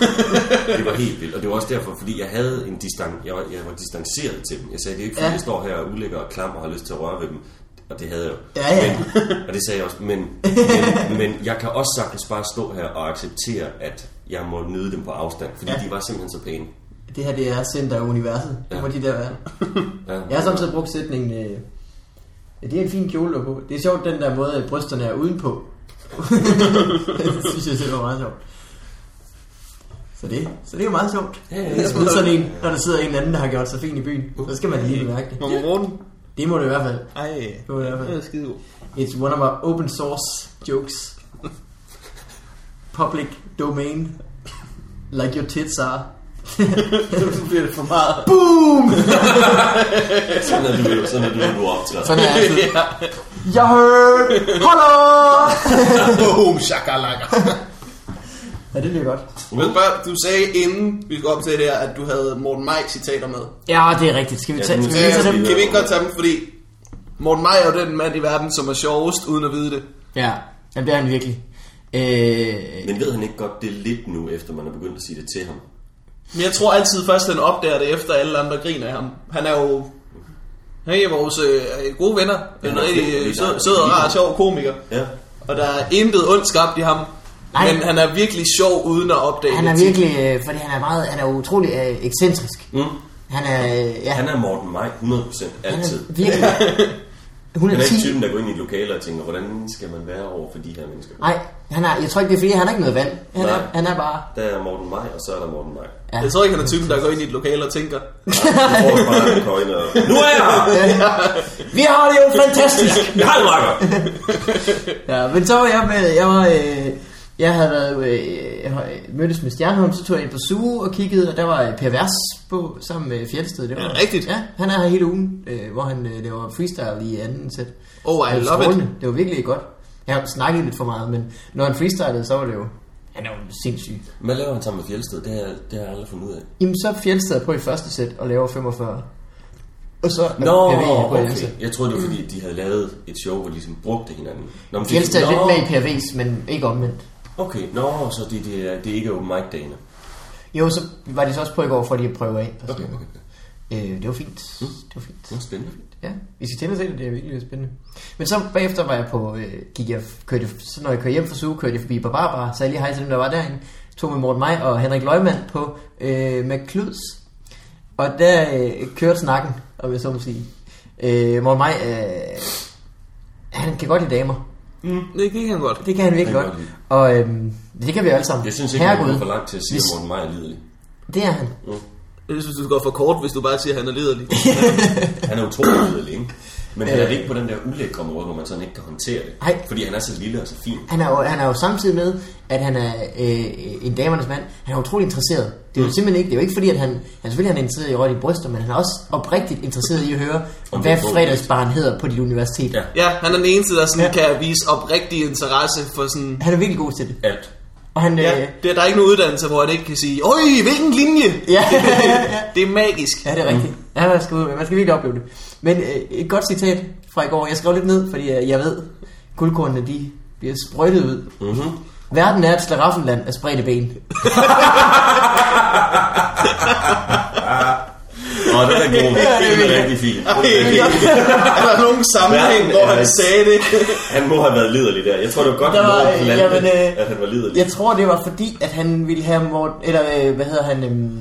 Speaker 3: det var helt vildt. Og det var også derfor, fordi jeg havde en distan jeg var, jeg var distanceret til dem. Jeg sagde, det er ikke, fordi
Speaker 1: Ja.
Speaker 3: ja. jeg står her og ulækker og klam og har lyst til at røre ved dem. Og det havde jeg jo.
Speaker 1: Ja, ja.
Speaker 3: Men, og det sagde jeg også. Men, men, men jeg kan også sagtens bare stå her og acceptere, at jeg må nyde dem på afstand. Fordi
Speaker 1: Ja.
Speaker 3: ja. de var simpelthen så pæne.
Speaker 1: Det her, det er center af universet. Det
Speaker 3: Ja.
Speaker 1: må de der være.
Speaker 3: Ja.
Speaker 1: Jeg har samtidig brugt sætningen, øh, ja, det er en fin kjole, du har på. Det er sjovt, den der måde, at brysterne er udenpå. det synes jeg selv var meget sjovt. Så det, så det er jo meget sjovt.
Speaker 3: Ja, ja, ja.
Speaker 1: At smide sådan en, når der sidder en eller anden, der har gjort sig fint i byen. Så skal man lige bemærke
Speaker 2: Må
Speaker 1: det.
Speaker 2: man bruge den?
Speaker 1: Det må det i hvert fald.
Speaker 2: Ej,
Speaker 1: Det må det i hvert
Speaker 2: det er
Speaker 1: fald.
Speaker 2: skide god.
Speaker 1: It's one of our open source jokes. Public domain. Like your tits are.
Speaker 2: Nu bliver det for meget.
Speaker 1: Boom!
Speaker 3: Sådan er du, sådan er du, du optræder.
Speaker 1: Sådan er jeg altid.
Speaker 2: ja.
Speaker 1: Jeg hører! Hallo!
Speaker 2: Boom, shakalaka.
Speaker 1: Ja, det lyder godt.
Speaker 2: Men spørg, du sagde inden vi skulle op til det her, at du havde Morten Maj citater med.
Speaker 1: Ja, det er rigtigt. Skal vi, tage,
Speaker 3: det
Speaker 1: skal vi
Speaker 2: Ja,
Speaker 1: lige tage
Speaker 2: kan
Speaker 1: dem?
Speaker 2: vi ikke godt tage dem, fordi Morten Maj er jo den mand i verden, som er sjovest uden at vide det.
Speaker 1: Ja, jamen, det er han virkelig. Øh,
Speaker 3: Men ved han ikke godt, det er lidt nu, efter man er begyndt at sige det til ham?
Speaker 2: Men jeg tror altid først, han opdager det, efter alle andre griner af ham. Han er jo... Han er vores øh, gode venner. En
Speaker 3: er
Speaker 2: rigtig
Speaker 3: flink,
Speaker 2: øh,
Speaker 3: fordi der
Speaker 2: sød,
Speaker 3: er-
Speaker 2: sød og rar, sjov komiker.
Speaker 3: Ja.
Speaker 2: Og der er intet ondt skabt i ham.
Speaker 1: Nej.
Speaker 2: Men han er virkelig sjov uden at opdage
Speaker 1: han
Speaker 2: det.
Speaker 1: er virkelig, øh, fordi han er meget, han er utrolig øh, ekscentrisk.
Speaker 3: Mm.
Speaker 1: Han er, øh, ja,
Speaker 3: Han er Morten Maj 100%
Speaker 1: han
Speaker 3: altid.
Speaker 1: er virkelig
Speaker 3: Han er
Speaker 1: 110.
Speaker 3: ikke typen, der går ind i et lokale og tænker, hvordan skal man være over for de her mennesker?
Speaker 1: Nej, han er, jeg tror ikke, det er fordi, han har ikke noget valg. Han er,
Speaker 3: Nej.
Speaker 1: han er bare,
Speaker 3: Der er Morten Maj, og så er der Morten Maj.
Speaker 1: ja.
Speaker 2: Jeg tror ikke, han er typen, der går ind i et lokal og tænker,
Speaker 3: Du får bare en coin og... Nu er jeg her!
Speaker 1: Vi har det jo fantastisk!
Speaker 3: Jeg har det meget godt!
Speaker 1: Ja, men så var jeg med, jeg var, øh, jeg havde været, øh, jeg har, øh, mødtes med Stjernholm, så tog jeg ind på Suge og kiggede, og der var øh, Per Vers på, sammen med Fjeldsted. Det var,
Speaker 2: Er det rigtigt?
Speaker 1: Ja, han er her hele ugen, øh, hvor han øh, laver freestyle i anden sæt.
Speaker 2: Oh, I
Speaker 1: Det var
Speaker 2: love it.
Speaker 1: strålende. Det var virkelig godt. Jeg har snakket lidt for meget, men når han freestylede, så var det jo, han er jo sindssyg.
Speaker 3: Hvad laver han sammen med Fjeldsted? Det har, det har jeg aldrig fundet ud af.
Speaker 1: Jamen, så er Fjeldsted på i første sæt og laver 45. Og så er
Speaker 3: Nå,
Speaker 1: Per Vers på i anden sæt.
Speaker 3: okay. Jeg troede,
Speaker 1: Mm.
Speaker 3: det var fordi, de havde lavet et show, hvor de ligesom brugte hinanden. Nå, men det-
Speaker 1: Fjeldsted er lidt
Speaker 3: Nå,
Speaker 1: med i Per Vers, men ikke omvendt.
Speaker 3: Okay, nå, så det, det, er, det er ikke open mic dagene.
Speaker 1: Jo, så var de så også på i går, for lige at prøve af. Og okay, okay. Øh, det var fint.
Speaker 3: Mm.
Speaker 1: Det var fint.
Speaker 3: Nå, spændende.
Speaker 1: Ja, vi skal tænde og se det, det er virkelig spændende. Men så bagefter var jeg på, øh, gik jeg, kørte, så når jeg kørte hjem fra suge, kørte jeg forbi Barbara, så jeg lige hej til dem, der var derinde. tog med Morten Maj og Henrik Løgman på øh, McCluds. Og der øh, kørte snakken, om jeg så må sige. Øh, Morten Maj, øh, han kan godt lide damer.
Speaker 2: Mm, det gik han godt.
Speaker 1: Det kan han virkelig
Speaker 3: Det
Speaker 1: godt.
Speaker 3: kan jeg
Speaker 1: Og øh, det kan vi alle sammen.
Speaker 3: Jeg synes ikke, man
Speaker 1: Herregud,
Speaker 3: går for langt til at sige, at
Speaker 1: Hvis-
Speaker 3: Morten Maj er lidelig.
Speaker 1: Det er han.
Speaker 2: Jeg synes, du går for kort, hvis du bare siger, at han er lederlig.
Speaker 3: Han er utrolig lidelig, ikke? Men han er det ikke på den der ulækre måde, hvor man sådan ikke kan håndtere det.
Speaker 1: Ej.
Speaker 3: Fordi han er så lille og så fin.
Speaker 1: Han er, jo, han er jo samtidig med, at han er øh, en damernes mand. Han er utrolig interesseret. Det
Speaker 3: Mm.
Speaker 1: er jo simpelthen ikke, det er jo ikke fordi, at han, han selvfølgelig han er interesseret i røde bryster, men han er også oprigtigt interesseret i at høre,
Speaker 3: Om
Speaker 1: hvad
Speaker 3: det er
Speaker 1: fredagsbarn hedder på dit universitet.
Speaker 3: Ja.
Speaker 2: ja, han er den eneste, der sådan kan vise oprigtig interesse for sådan...
Speaker 1: Han er virkelig god til det.
Speaker 3: Alt.
Speaker 1: Og han,
Speaker 2: Ja,
Speaker 1: ja. Øh,
Speaker 2: det er, der er ikke nogen uddannelse, hvor han ikke kan sige, Øj, hvilken linje!
Speaker 1: Ja, ja, ja.
Speaker 2: det er magisk.
Speaker 1: ja, det er rigtigt. Ja, man skal, ud med- man skal virkelig opleve det. Men øh, et godt citat fra i går. Jeg skrev lidt ned, fordi øh, jeg ved, guldkornene de bliver sprøjtet ud.
Speaker 3: Mm-hmm.
Speaker 1: Verden er et slaraffenland af spredte ben.
Speaker 3: Og den er god. Den er rigtig fin.
Speaker 2: er der nogen sammenhæng,
Speaker 3: Verden
Speaker 2: hvor
Speaker 3: er
Speaker 2: han
Speaker 3: et-
Speaker 2: sagde det?
Speaker 3: Han må have været liderlig der. Jeg tror, det var godt,
Speaker 1: Der var,
Speaker 3: at
Speaker 1: øh,
Speaker 3: han landede,
Speaker 1: jamen, øh,
Speaker 3: at han var liderlig.
Speaker 1: Jeg tror, det var fordi, at han ville have Morten, eller øh, hvad hedder han, øhm,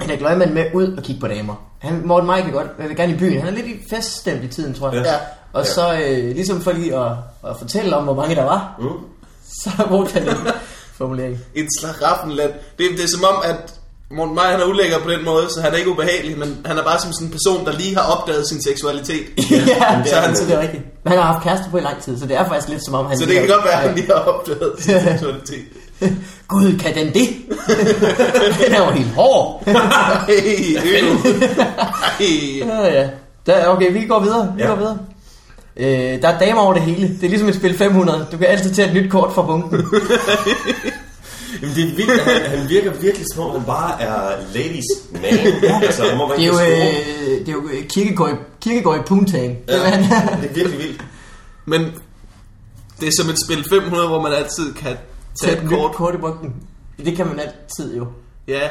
Speaker 1: Henrik Løgman med ud og kigge på damer. Han, Morten Maj kan godt, jeg vil gerne i byen. Han er lidt i feststemt i tiden, tror jeg.
Speaker 3: Ja.
Speaker 1: Og
Speaker 3: Ja.
Speaker 1: så, øh, ligesom for lige at, at fortælle om, hvor mange der var,
Speaker 3: Mm.
Speaker 1: så brugte han den formulering.
Speaker 2: En slaraffenland. Det, det er som om, at Morten Maj, han er ulækker på den måde, så han er ikke ubehagelig, men han er bare som sådan en person, der lige har opdaget sin seksualitet.
Speaker 1: Ja, ja
Speaker 2: det
Speaker 1: det,
Speaker 2: er
Speaker 1: er,
Speaker 2: han.
Speaker 1: så det er rigtigt. Men han har haft kæreste på i lang tid, så det er faktisk lidt som om, han...
Speaker 2: Så det kan godt være, at han lige har opdaget sin seksualitet.
Speaker 1: Gud, kan den det? den er jo helt hård.
Speaker 2: Hey, øv. Ej.
Speaker 1: Ja, ja. Der, okay, vi går videre. Vi
Speaker 3: Ja.
Speaker 1: ja. går videre. Øh, der er damer over det hele. Det er ligesom et spil 500. Du kan altid tage et nyt kort fra bunken.
Speaker 3: Jamen, det er vildt, at han, han virker virkelig som om, han bare er ladies man. Altså, han må være
Speaker 1: Det er jo,
Speaker 3: øh...
Speaker 1: øh, det er jo øh, Kirkegaard, i- Kirkegaard i Poontang. Ja. Det er, hvad han er.
Speaker 3: Det er virkelig vildt.
Speaker 2: Men det er som et spil 500, hvor man altid kan
Speaker 1: Tag
Speaker 2: tage
Speaker 1: et
Speaker 2: et
Speaker 1: nyt
Speaker 2: kort.
Speaker 1: kort i bunken. Det kan man altid jo.
Speaker 2: Ja,
Speaker 3: Jeg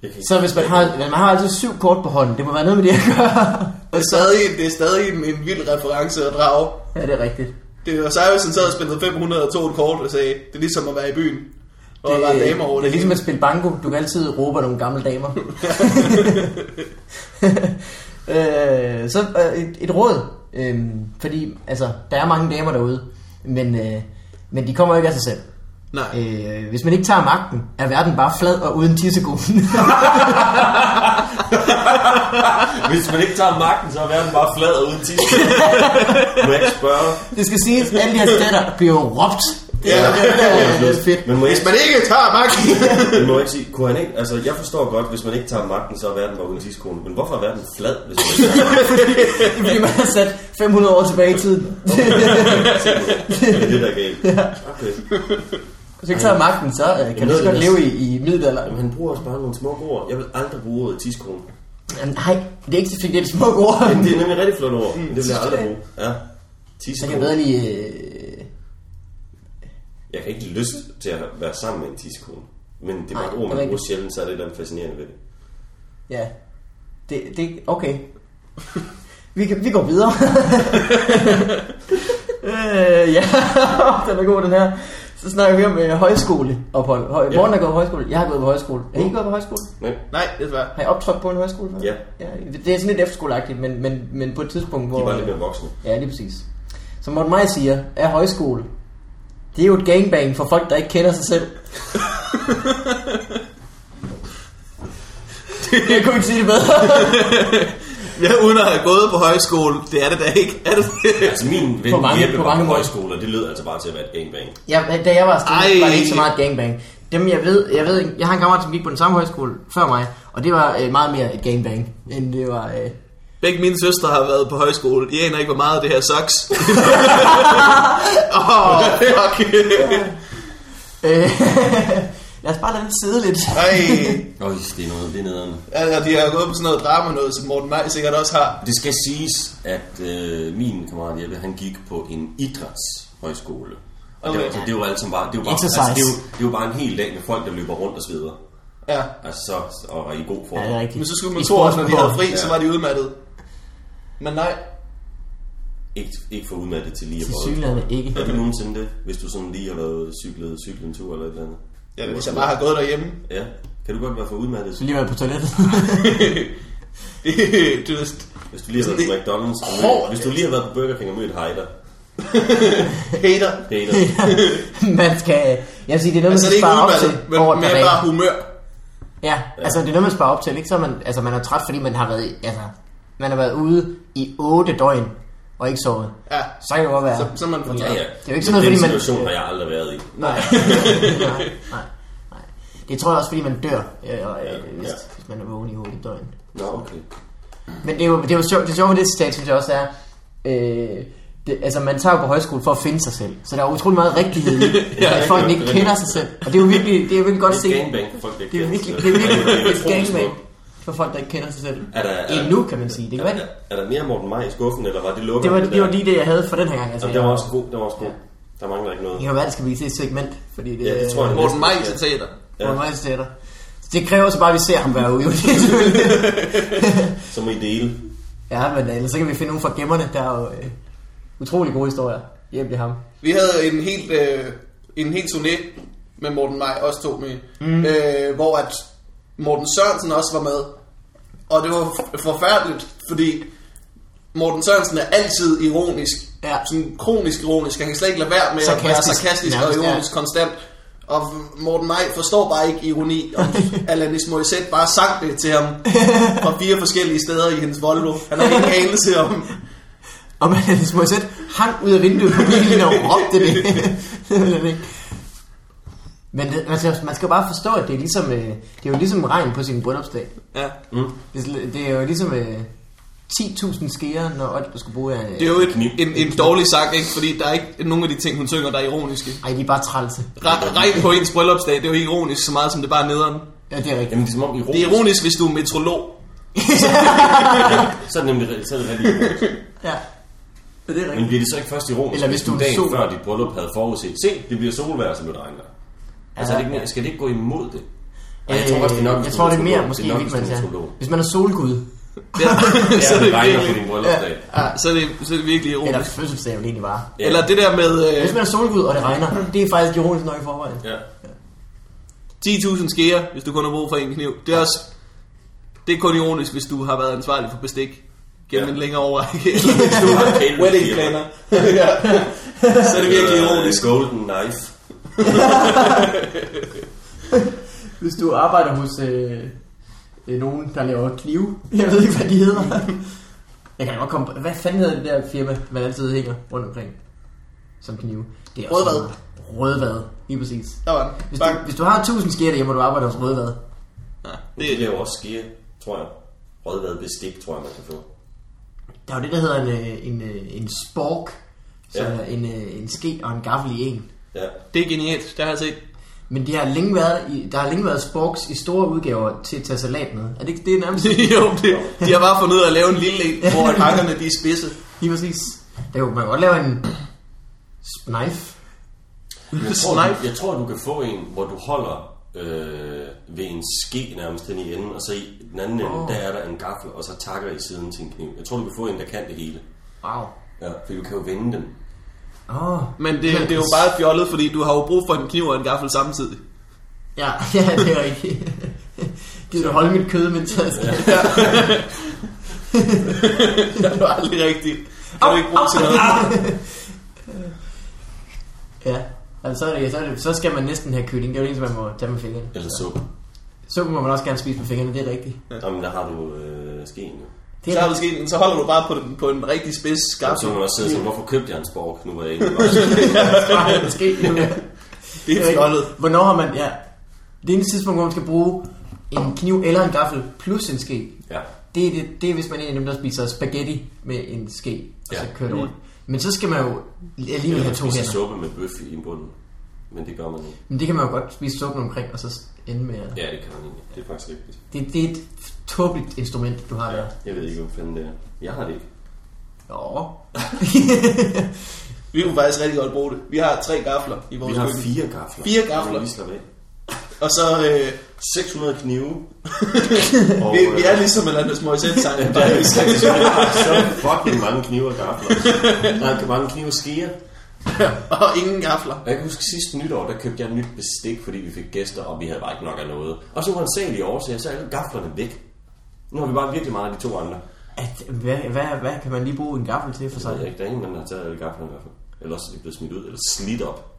Speaker 3: kan ikke-
Speaker 1: Så hvis man har, man har altid syv kort på hånden. Det må være noget med det at gøre.
Speaker 2: det er stadig, det er stadig en, en vild reference at drage.
Speaker 1: Ja, det er rigtigt.
Speaker 2: Det var Cyrus, han sad og spillede 500 og tog et kort og sagde, det er ligesom at være i byen. Og det, der er damer over
Speaker 1: det er
Speaker 2: det.
Speaker 1: ligesom at
Speaker 2: hele.
Speaker 1: spille banko. Du kan altid råbe af nogle gamle damer. øh, så øh, et, et råd. Øh, fordi altså, der er mange damer derude, men, øh, men de kommer jo ikke af sig selv.
Speaker 2: Nej.
Speaker 1: Øh, hvis man ikke tager magten, er verden bare flad og uden tissekonen.
Speaker 3: Hvis man ikke tager magten, så er verden bare flad og uden tis. må jeg ikke spørge?
Speaker 1: det skal siges, at alle de her stater bliver jo råbt. Det er,
Speaker 3: Ja.
Speaker 1: det er, det er fedt.
Speaker 3: Men må jeg
Speaker 2: Hvis man ikke tager magten,
Speaker 3: Men må jeg ikke sige, kunne han ikke, altså jeg forstår godt, hvis man ikke tager magten, så er verden bare uden tidskone. Men hvorfor er verden flad, hvis man ikke tager
Speaker 1: Fordi man har sat 500 år tilbage i tiden.
Speaker 3: magten? Det er det, der er galt. Okay.
Speaker 1: Hvis du ikke tager magten, så øh, kan
Speaker 3: Jamen,
Speaker 1: du så
Speaker 3: det er
Speaker 1: godt
Speaker 3: det.
Speaker 1: leve i, i middelalderen.
Speaker 3: Jamen, han bruger også bare nogle små ord. Jeg vil aldrig bruge ordet tidskone.
Speaker 1: Jamen, Nej, det er ikke så fint, det er et smukt ord.
Speaker 3: Men det er nemlig et rigtig flot ord, men det vil jeg
Speaker 1: synes du
Speaker 3: aldrig bruge. Ja.
Speaker 1: Mm. Jeg
Speaker 3: Tidskone.
Speaker 1: kan bedre lige... Øh...
Speaker 3: Jeg har ikke lyst til at være sammen med en tidskone. Men det er bare
Speaker 1: Nej,
Speaker 3: et ord,
Speaker 1: det
Speaker 3: man
Speaker 1: er
Speaker 3: bruger
Speaker 1: rigtigt.
Speaker 3: sjældent, så er det der er fascinerende ved det.
Speaker 1: Ja. Det, det, okay. Vi, kan, vi går videre. øh, ja, den er god, den her. Så snakker vi om øh, højskoleophold. Høj,
Speaker 3: Ja.
Speaker 1: Morten har gået på højskole. Jeg har gået på højskole. Har I gået på højskole?
Speaker 3: Nej?
Speaker 2: Nej, desværre.
Speaker 1: Har I optrådt på en højskole? før?
Speaker 3: Ja.
Speaker 1: ja. Det er sådan lidt efterskoleagtigt, men, men, men på et tidspunkt,
Speaker 3: De
Speaker 1: hvor...
Speaker 3: var lidt mere voksne.
Speaker 1: Ja, lige præcis. Som Morten Maj siger, er højskole. Det er jo et gangbang for folk, der ikke kender sig selv. Jeg kunne ikke sige det bedre.
Speaker 2: Ja, uden at have gået på højskole, det er det da ikke. Er det det?
Speaker 3: Altså min ven
Speaker 1: På mange-
Speaker 3: Jeppe
Speaker 1: på
Speaker 3: var
Speaker 1: mange måder.
Speaker 3: højskoler, det lød altså bare til at være et gangbang.
Speaker 1: Ja, da jeg var afsted,
Speaker 2: Ej.
Speaker 1: var det ikke så meget gangbang. Dem jeg ved, jeg ved, jeg har en kammerat, som gik på den samme højskole før mig, og det var øh, meget mere et gangbang, end det var... Øh...
Speaker 2: Begge mine søstre har været på højskole. De aner ikke, hvor meget det her sucks. Åh, oh, fuck.
Speaker 1: Øh... Lad os bare lade den sidde lidt.
Speaker 2: Ej.
Speaker 3: Øj, det er noget, det er nederne.
Speaker 2: Altså, de har gået på sådan noget drama noget, som Morten Maj sikkert også har.
Speaker 3: Det skal siges, at øh, min kammerat Jeppe, han gik på en idrætshøjskole. Og okay. det, var,
Speaker 2: Okay.
Speaker 3: altså, det var altså bare, det var bare,
Speaker 1: Exercise.
Speaker 3: altså, det, var, det var bare en hel dag med folk, der løber rundt og sveder.
Speaker 2: Ja.
Speaker 3: Altså, så, og er i god form.
Speaker 1: Ja, det er rigtigt.
Speaker 2: Men så skulle
Speaker 1: I
Speaker 2: man tro, at når de
Speaker 1: sportsbord.
Speaker 2: havde fri, så var de udmattet. Men nej.
Speaker 3: ikke, ikke for udmattet til lige at
Speaker 1: Til
Speaker 3: prøve.
Speaker 1: synligheden ikke.
Speaker 3: Har du nogensinde det, hvis du sådan lige har været cyklet, cyklet en tur eller et eller andet?
Speaker 2: Eller hvis jeg bare har gået derhjemme.
Speaker 3: Ja. Kan du godt være for udmattet?
Speaker 1: Så lige være på toilettet.
Speaker 2: Det- du ved,
Speaker 3: Hvis du lige har været på McDonald's, og mødt,
Speaker 2: Hårdt.
Speaker 3: hvis du lige har været på Burger King og mødt Heider,
Speaker 2: hater.
Speaker 3: Hater,
Speaker 1: man skal... Jeg vil sige, det er noget, man
Speaker 2: Altså, det er
Speaker 1: skal
Speaker 2: ikke
Speaker 1: spare op til
Speaker 2: udmattet, men
Speaker 1: over et par
Speaker 2: mere
Speaker 1: dage.
Speaker 2: bare humør.
Speaker 1: Ja, altså det er noget, man sparer op til, ikke? Så er man, altså, man er træt, fordi man har været, i- altså, man har været ude i 8 døgn og ikke sovet.
Speaker 2: Ja.
Speaker 1: Så kan det godt være.
Speaker 2: Så, så er man
Speaker 3: ja,
Speaker 2: fortræder.
Speaker 3: ja.
Speaker 1: Det er jo ikke sådan noget,
Speaker 3: Men
Speaker 1: fordi
Speaker 3: den
Speaker 1: man-
Speaker 3: situation har jeg aldrig været i.
Speaker 1: Nej. nej, nej, nej. Det tror jeg også, fordi man dør, øh, og, øh, hvis,
Speaker 3: Ja.
Speaker 1: hvis man er vågen i 8 døgn.
Speaker 3: Nå, okay.
Speaker 1: Men det er jo, det er jo sjovt, det sjove ved det citat, synes jeg også er, øh, det, altså man tager jo på højskole for at finde sig selv, så der er utrolig meget rigtighed i,
Speaker 3: Ja,
Speaker 1: at folk ikke
Speaker 3: det er
Speaker 1: kender sig selv. Og det er jo virkelig, det er jo virkelig godt
Speaker 3: Det er et
Speaker 1: set.
Speaker 3: gangbang for folk, der ikke
Speaker 1: Det er
Speaker 3: kender sig
Speaker 1: virkelig, det
Speaker 3: selv.
Speaker 1: er virkelig
Speaker 3: Det er
Speaker 1: et gangbang
Speaker 3: utroligt
Speaker 1: for folk, der ikke kender sig selv.
Speaker 3: Er der- er der-
Speaker 1: Endnu, kan man sige. Det kan
Speaker 3: Er,
Speaker 1: være,
Speaker 3: der- er der mere Morten Maj i skuffen, eller var det lukket?
Speaker 1: det var, det var lige det, jeg havde for den her gang. Altså,
Speaker 3: Jamen, det var også god, det var også god. Der mangler ikke noget.
Speaker 1: Det kan være, det skal blive til et segment, fordi det,
Speaker 3: Ja, det tror jeg.
Speaker 2: Morten Maj citater.
Speaker 1: Ja. Meget sætter. Det kræver så bare, at vi ser ham være ude.
Speaker 3: Så må I dele.
Speaker 1: ja, men ellers så kan vi finde nogen fra gemmerne, der er jo øh, utrolig gode historier. Hjem til ham.
Speaker 2: Vi havde en helt, øh, en helt turné med Morten Maj, også to med, mm. øh, hvor at Morten Sørensen også var med. Og det var f- forfærdeligt, fordi Morten Sørensen er altid ironisk.
Speaker 1: Ja.
Speaker 2: Sådan kronisk ironisk. Han kan slet ikke lade være med sarkastisk. at være
Speaker 1: Sarkastisk.
Speaker 2: sarkastisk og
Speaker 1: Nærmest, ja.
Speaker 2: ironisk konstant. Og Morten Maj forstår bare ikke ironi, og Alanis Morissette bare sang det til ham fra fire forskellige steder i hendes Volvo. Han har ikke anelse om,
Speaker 1: Og man er små sæt hang ud af vinduet på bilen og råbte det. Det ved jeg ikke. Men det, man, skal, man skal jo bare forstå, at det er, ligesom, øh, det er jo ligesom regn på sin bryllupsdag.
Speaker 2: ja,
Speaker 1: Det, er sl- det er jo ligesom øh, 10.000 skeer, når Otto skal bruge af... Øh,
Speaker 2: Det er jo et,
Speaker 3: Knip.
Speaker 2: en, en dårlig sang, ikke? fordi der er ikke nogen af de ting, hun synger, der er ironiske.
Speaker 1: ej, de er bare trælse.
Speaker 2: Re- Regn på ens bryllupsdag, det er jo ikke ironisk så meget, som det bare er nederen.
Speaker 1: Ja, det er rigtigt.
Speaker 3: Jamen, det er som om ironisk.
Speaker 2: Det er ironisk, hvis du er metrolog.
Speaker 3: Så er det nemlig så er det rigtig ironisk.
Speaker 1: Ja. Ja, Det er
Speaker 3: Men
Speaker 1: rigtigt.
Speaker 3: bliver det så ikke først ironisk,
Speaker 1: Eller hvis du er en
Speaker 3: dagen
Speaker 1: sol-
Speaker 3: før dit bryllup havde forudset, se, det bliver solvejr, så blev det regnvejr. Altså, er det ikke mere, skal det ikke gå imod det? Ej, jeg tror, også, det er nok,
Speaker 1: Øh, jeg
Speaker 3: hvis du
Speaker 1: tror, det er
Speaker 3: astrolog.
Speaker 1: mere, måske,
Speaker 3: det er nok,
Speaker 1: hvis
Speaker 3: hvis
Speaker 1: man
Speaker 3: du er
Speaker 1: siger.
Speaker 3: astrolog.
Speaker 1: Hvis man er solgud,
Speaker 2: Ja, så,
Speaker 3: Ja,
Speaker 2: er
Speaker 3: det
Speaker 2: det
Speaker 3: regner på
Speaker 2: virkelig,
Speaker 3: din bryllupsdag.
Speaker 2: ja, så, er det, så er det virkelig
Speaker 1: eller
Speaker 2: ironisk.
Speaker 1: fødselsdag, vil egentlig bare.
Speaker 3: Ja.
Speaker 2: Eller det der med
Speaker 1: Hvis
Speaker 2: øh,
Speaker 1: man er solgud, og det regner, det er faktisk ironisk nok i forvejen.
Speaker 3: Ja.
Speaker 2: 10.000 skeer, hvis du kun har brug for en kniv. Det er også... Det er kun ironisk, hvis du har været ansvarlig for bestik gennem ja.
Speaker 3: Ja.
Speaker 2: en længere overrække. Eller hvis du har
Speaker 3: Kæledyr.
Speaker 2: wedding planner. ja. Så er det virkelig
Speaker 3: Eller
Speaker 2: ironisk.
Speaker 3: Golden knife.
Speaker 1: Hvis du arbejder hos øh, øh, nogen, der laver knive, jeg ved ikke, hvad de hedder. Jeg kan godt komme på, hvad fanden hedder det der firma, man altid hænger rundt omkring som knive? Det er også
Speaker 2: Rødvad.
Speaker 1: meget- Rødvad, lige præcis.
Speaker 2: Der var den.
Speaker 1: Hvis
Speaker 2: Bang.
Speaker 1: du, hvis du har 1000 skeer derhjemme, og du arbejder hos Rødvad,
Speaker 2: Ja,
Speaker 3: Det
Speaker 2: det,
Speaker 3: laver også skeer, tror jeg. Rødvad bestik, tror jeg, man kan få.
Speaker 1: Der er jo det, der hedder en, øh, en, øh, en spork, som
Speaker 3: Ja.
Speaker 1: ja. er en, øh, en ske og en gaffel i en.
Speaker 3: Ja.
Speaker 2: det er genialt, det har jeg set.
Speaker 1: Men de har længe været, i, der har længe været sporks i store udgaver til at tage salat med. Er det ikke det er nærmest?
Speaker 2: jo, det, de har bare fundet ud af at lave en lille en, hvor at hakkerne de er spidse.
Speaker 1: Lige præcis. Der kunne man kan godt lave en knife.
Speaker 3: Jeg tror,
Speaker 2: Snipe.
Speaker 3: du, jeg tror, du kan få en, hvor du holder øh, ved en ske nærmest den i enden, og så i den anden ende, oh. der er der en gaffel, og så takker i siden til en kniv. Jeg tror, du kan få en, der kan det hele.
Speaker 1: Wow.
Speaker 3: Ja, for du kan jo vende dem.
Speaker 1: Åh. Oh.
Speaker 2: Men det, det er jo bare fjollet, fordi du har jo brug for en kniv og en gaffel samtidig.
Speaker 1: Ja, ja, det er rigtigt. Gider du holde mit kød, mens jeg skal...
Speaker 2: Det er jo aldrig rigtigt. Kan du ikke bruge til noget?
Speaker 1: Ja. Altså, så, er det, så, er det, så skal man næsten have kylling. Det er jo det eneste, man må tage med fingrene.
Speaker 3: Eller suppe.
Speaker 1: Suppen må man også gerne spise med fingrene, det er rigtigt.
Speaker 3: Ja. Jamen, der har du øh, skeen jo.
Speaker 1: Det
Speaker 2: Så,
Speaker 1: er
Speaker 2: har du sket, så holder du bare på, den, på en rigtig spids
Speaker 3: Og
Speaker 2: gaffel.
Speaker 3: så kan man også sidde og sige, hvorfor købte jeg en spork? Nu var jeg ikke bare...
Speaker 1: rigtigt. Måske. Ja.
Speaker 2: Det er fjollet.
Speaker 1: Hvornår har man, ja, det eneste tidspunkt, hvor man skal bruge en kniv eller en gaffel plus en ske,
Speaker 3: ja.
Speaker 1: det er, det, det er hvis man er en af dem, der spiser spaghetti med en ske, og
Speaker 3: Ja.
Speaker 1: så kører det rundt. Men så skal man jo alligevel have to
Speaker 3: Jeg spiser
Speaker 1: hænder.
Speaker 3: suppe med bøf i bunden. Men det gør man ikke.
Speaker 1: Men det kan man jo godt spise suppen omkring, og så ende med at...
Speaker 3: Ja, det kan man ikke. Det er faktisk rigtigt.
Speaker 1: Det, det er et tåbeligt instrument, du har der.
Speaker 3: Jeg ved ikke, hvor fanden det er. Jeg har det ikke.
Speaker 1: Åh.
Speaker 2: Vi kunne faktisk rigtig godt bruge det. Vi har tre gafler i
Speaker 3: Vi
Speaker 2: vores
Speaker 3: har
Speaker 2: køkken.
Speaker 3: fire gafler.
Speaker 2: Fire gafler.
Speaker 3: Nu må vi slappe af.
Speaker 2: Og så, øh,
Speaker 3: 600 knive. og,
Speaker 2: vi, vi, er
Speaker 3: øh, altså,
Speaker 2: ligesom en anden små sang.
Speaker 3: der er jo 600 så fucking mange knive og gafler. Der er mange knive og skeer.
Speaker 5: og ingen gafler.
Speaker 3: Og jeg kan huske sidste nytår, der købte jeg nyt bestik, fordi vi fik gæster, og vi havde bare ikke nok af noget. Og så uansagelige årsager, så er alle gaflerne væk. Nu har vi bare virkelig meget af de to andre.
Speaker 1: At, hvad, hvad, hvad kan man lige bruge en gaffel til for
Speaker 3: Så er
Speaker 1: sig?
Speaker 3: jeg ikke, der er ingen, der har taget alle gaflerne i hvert fald. Ellers er de blevet smidt ud, eller slidt op.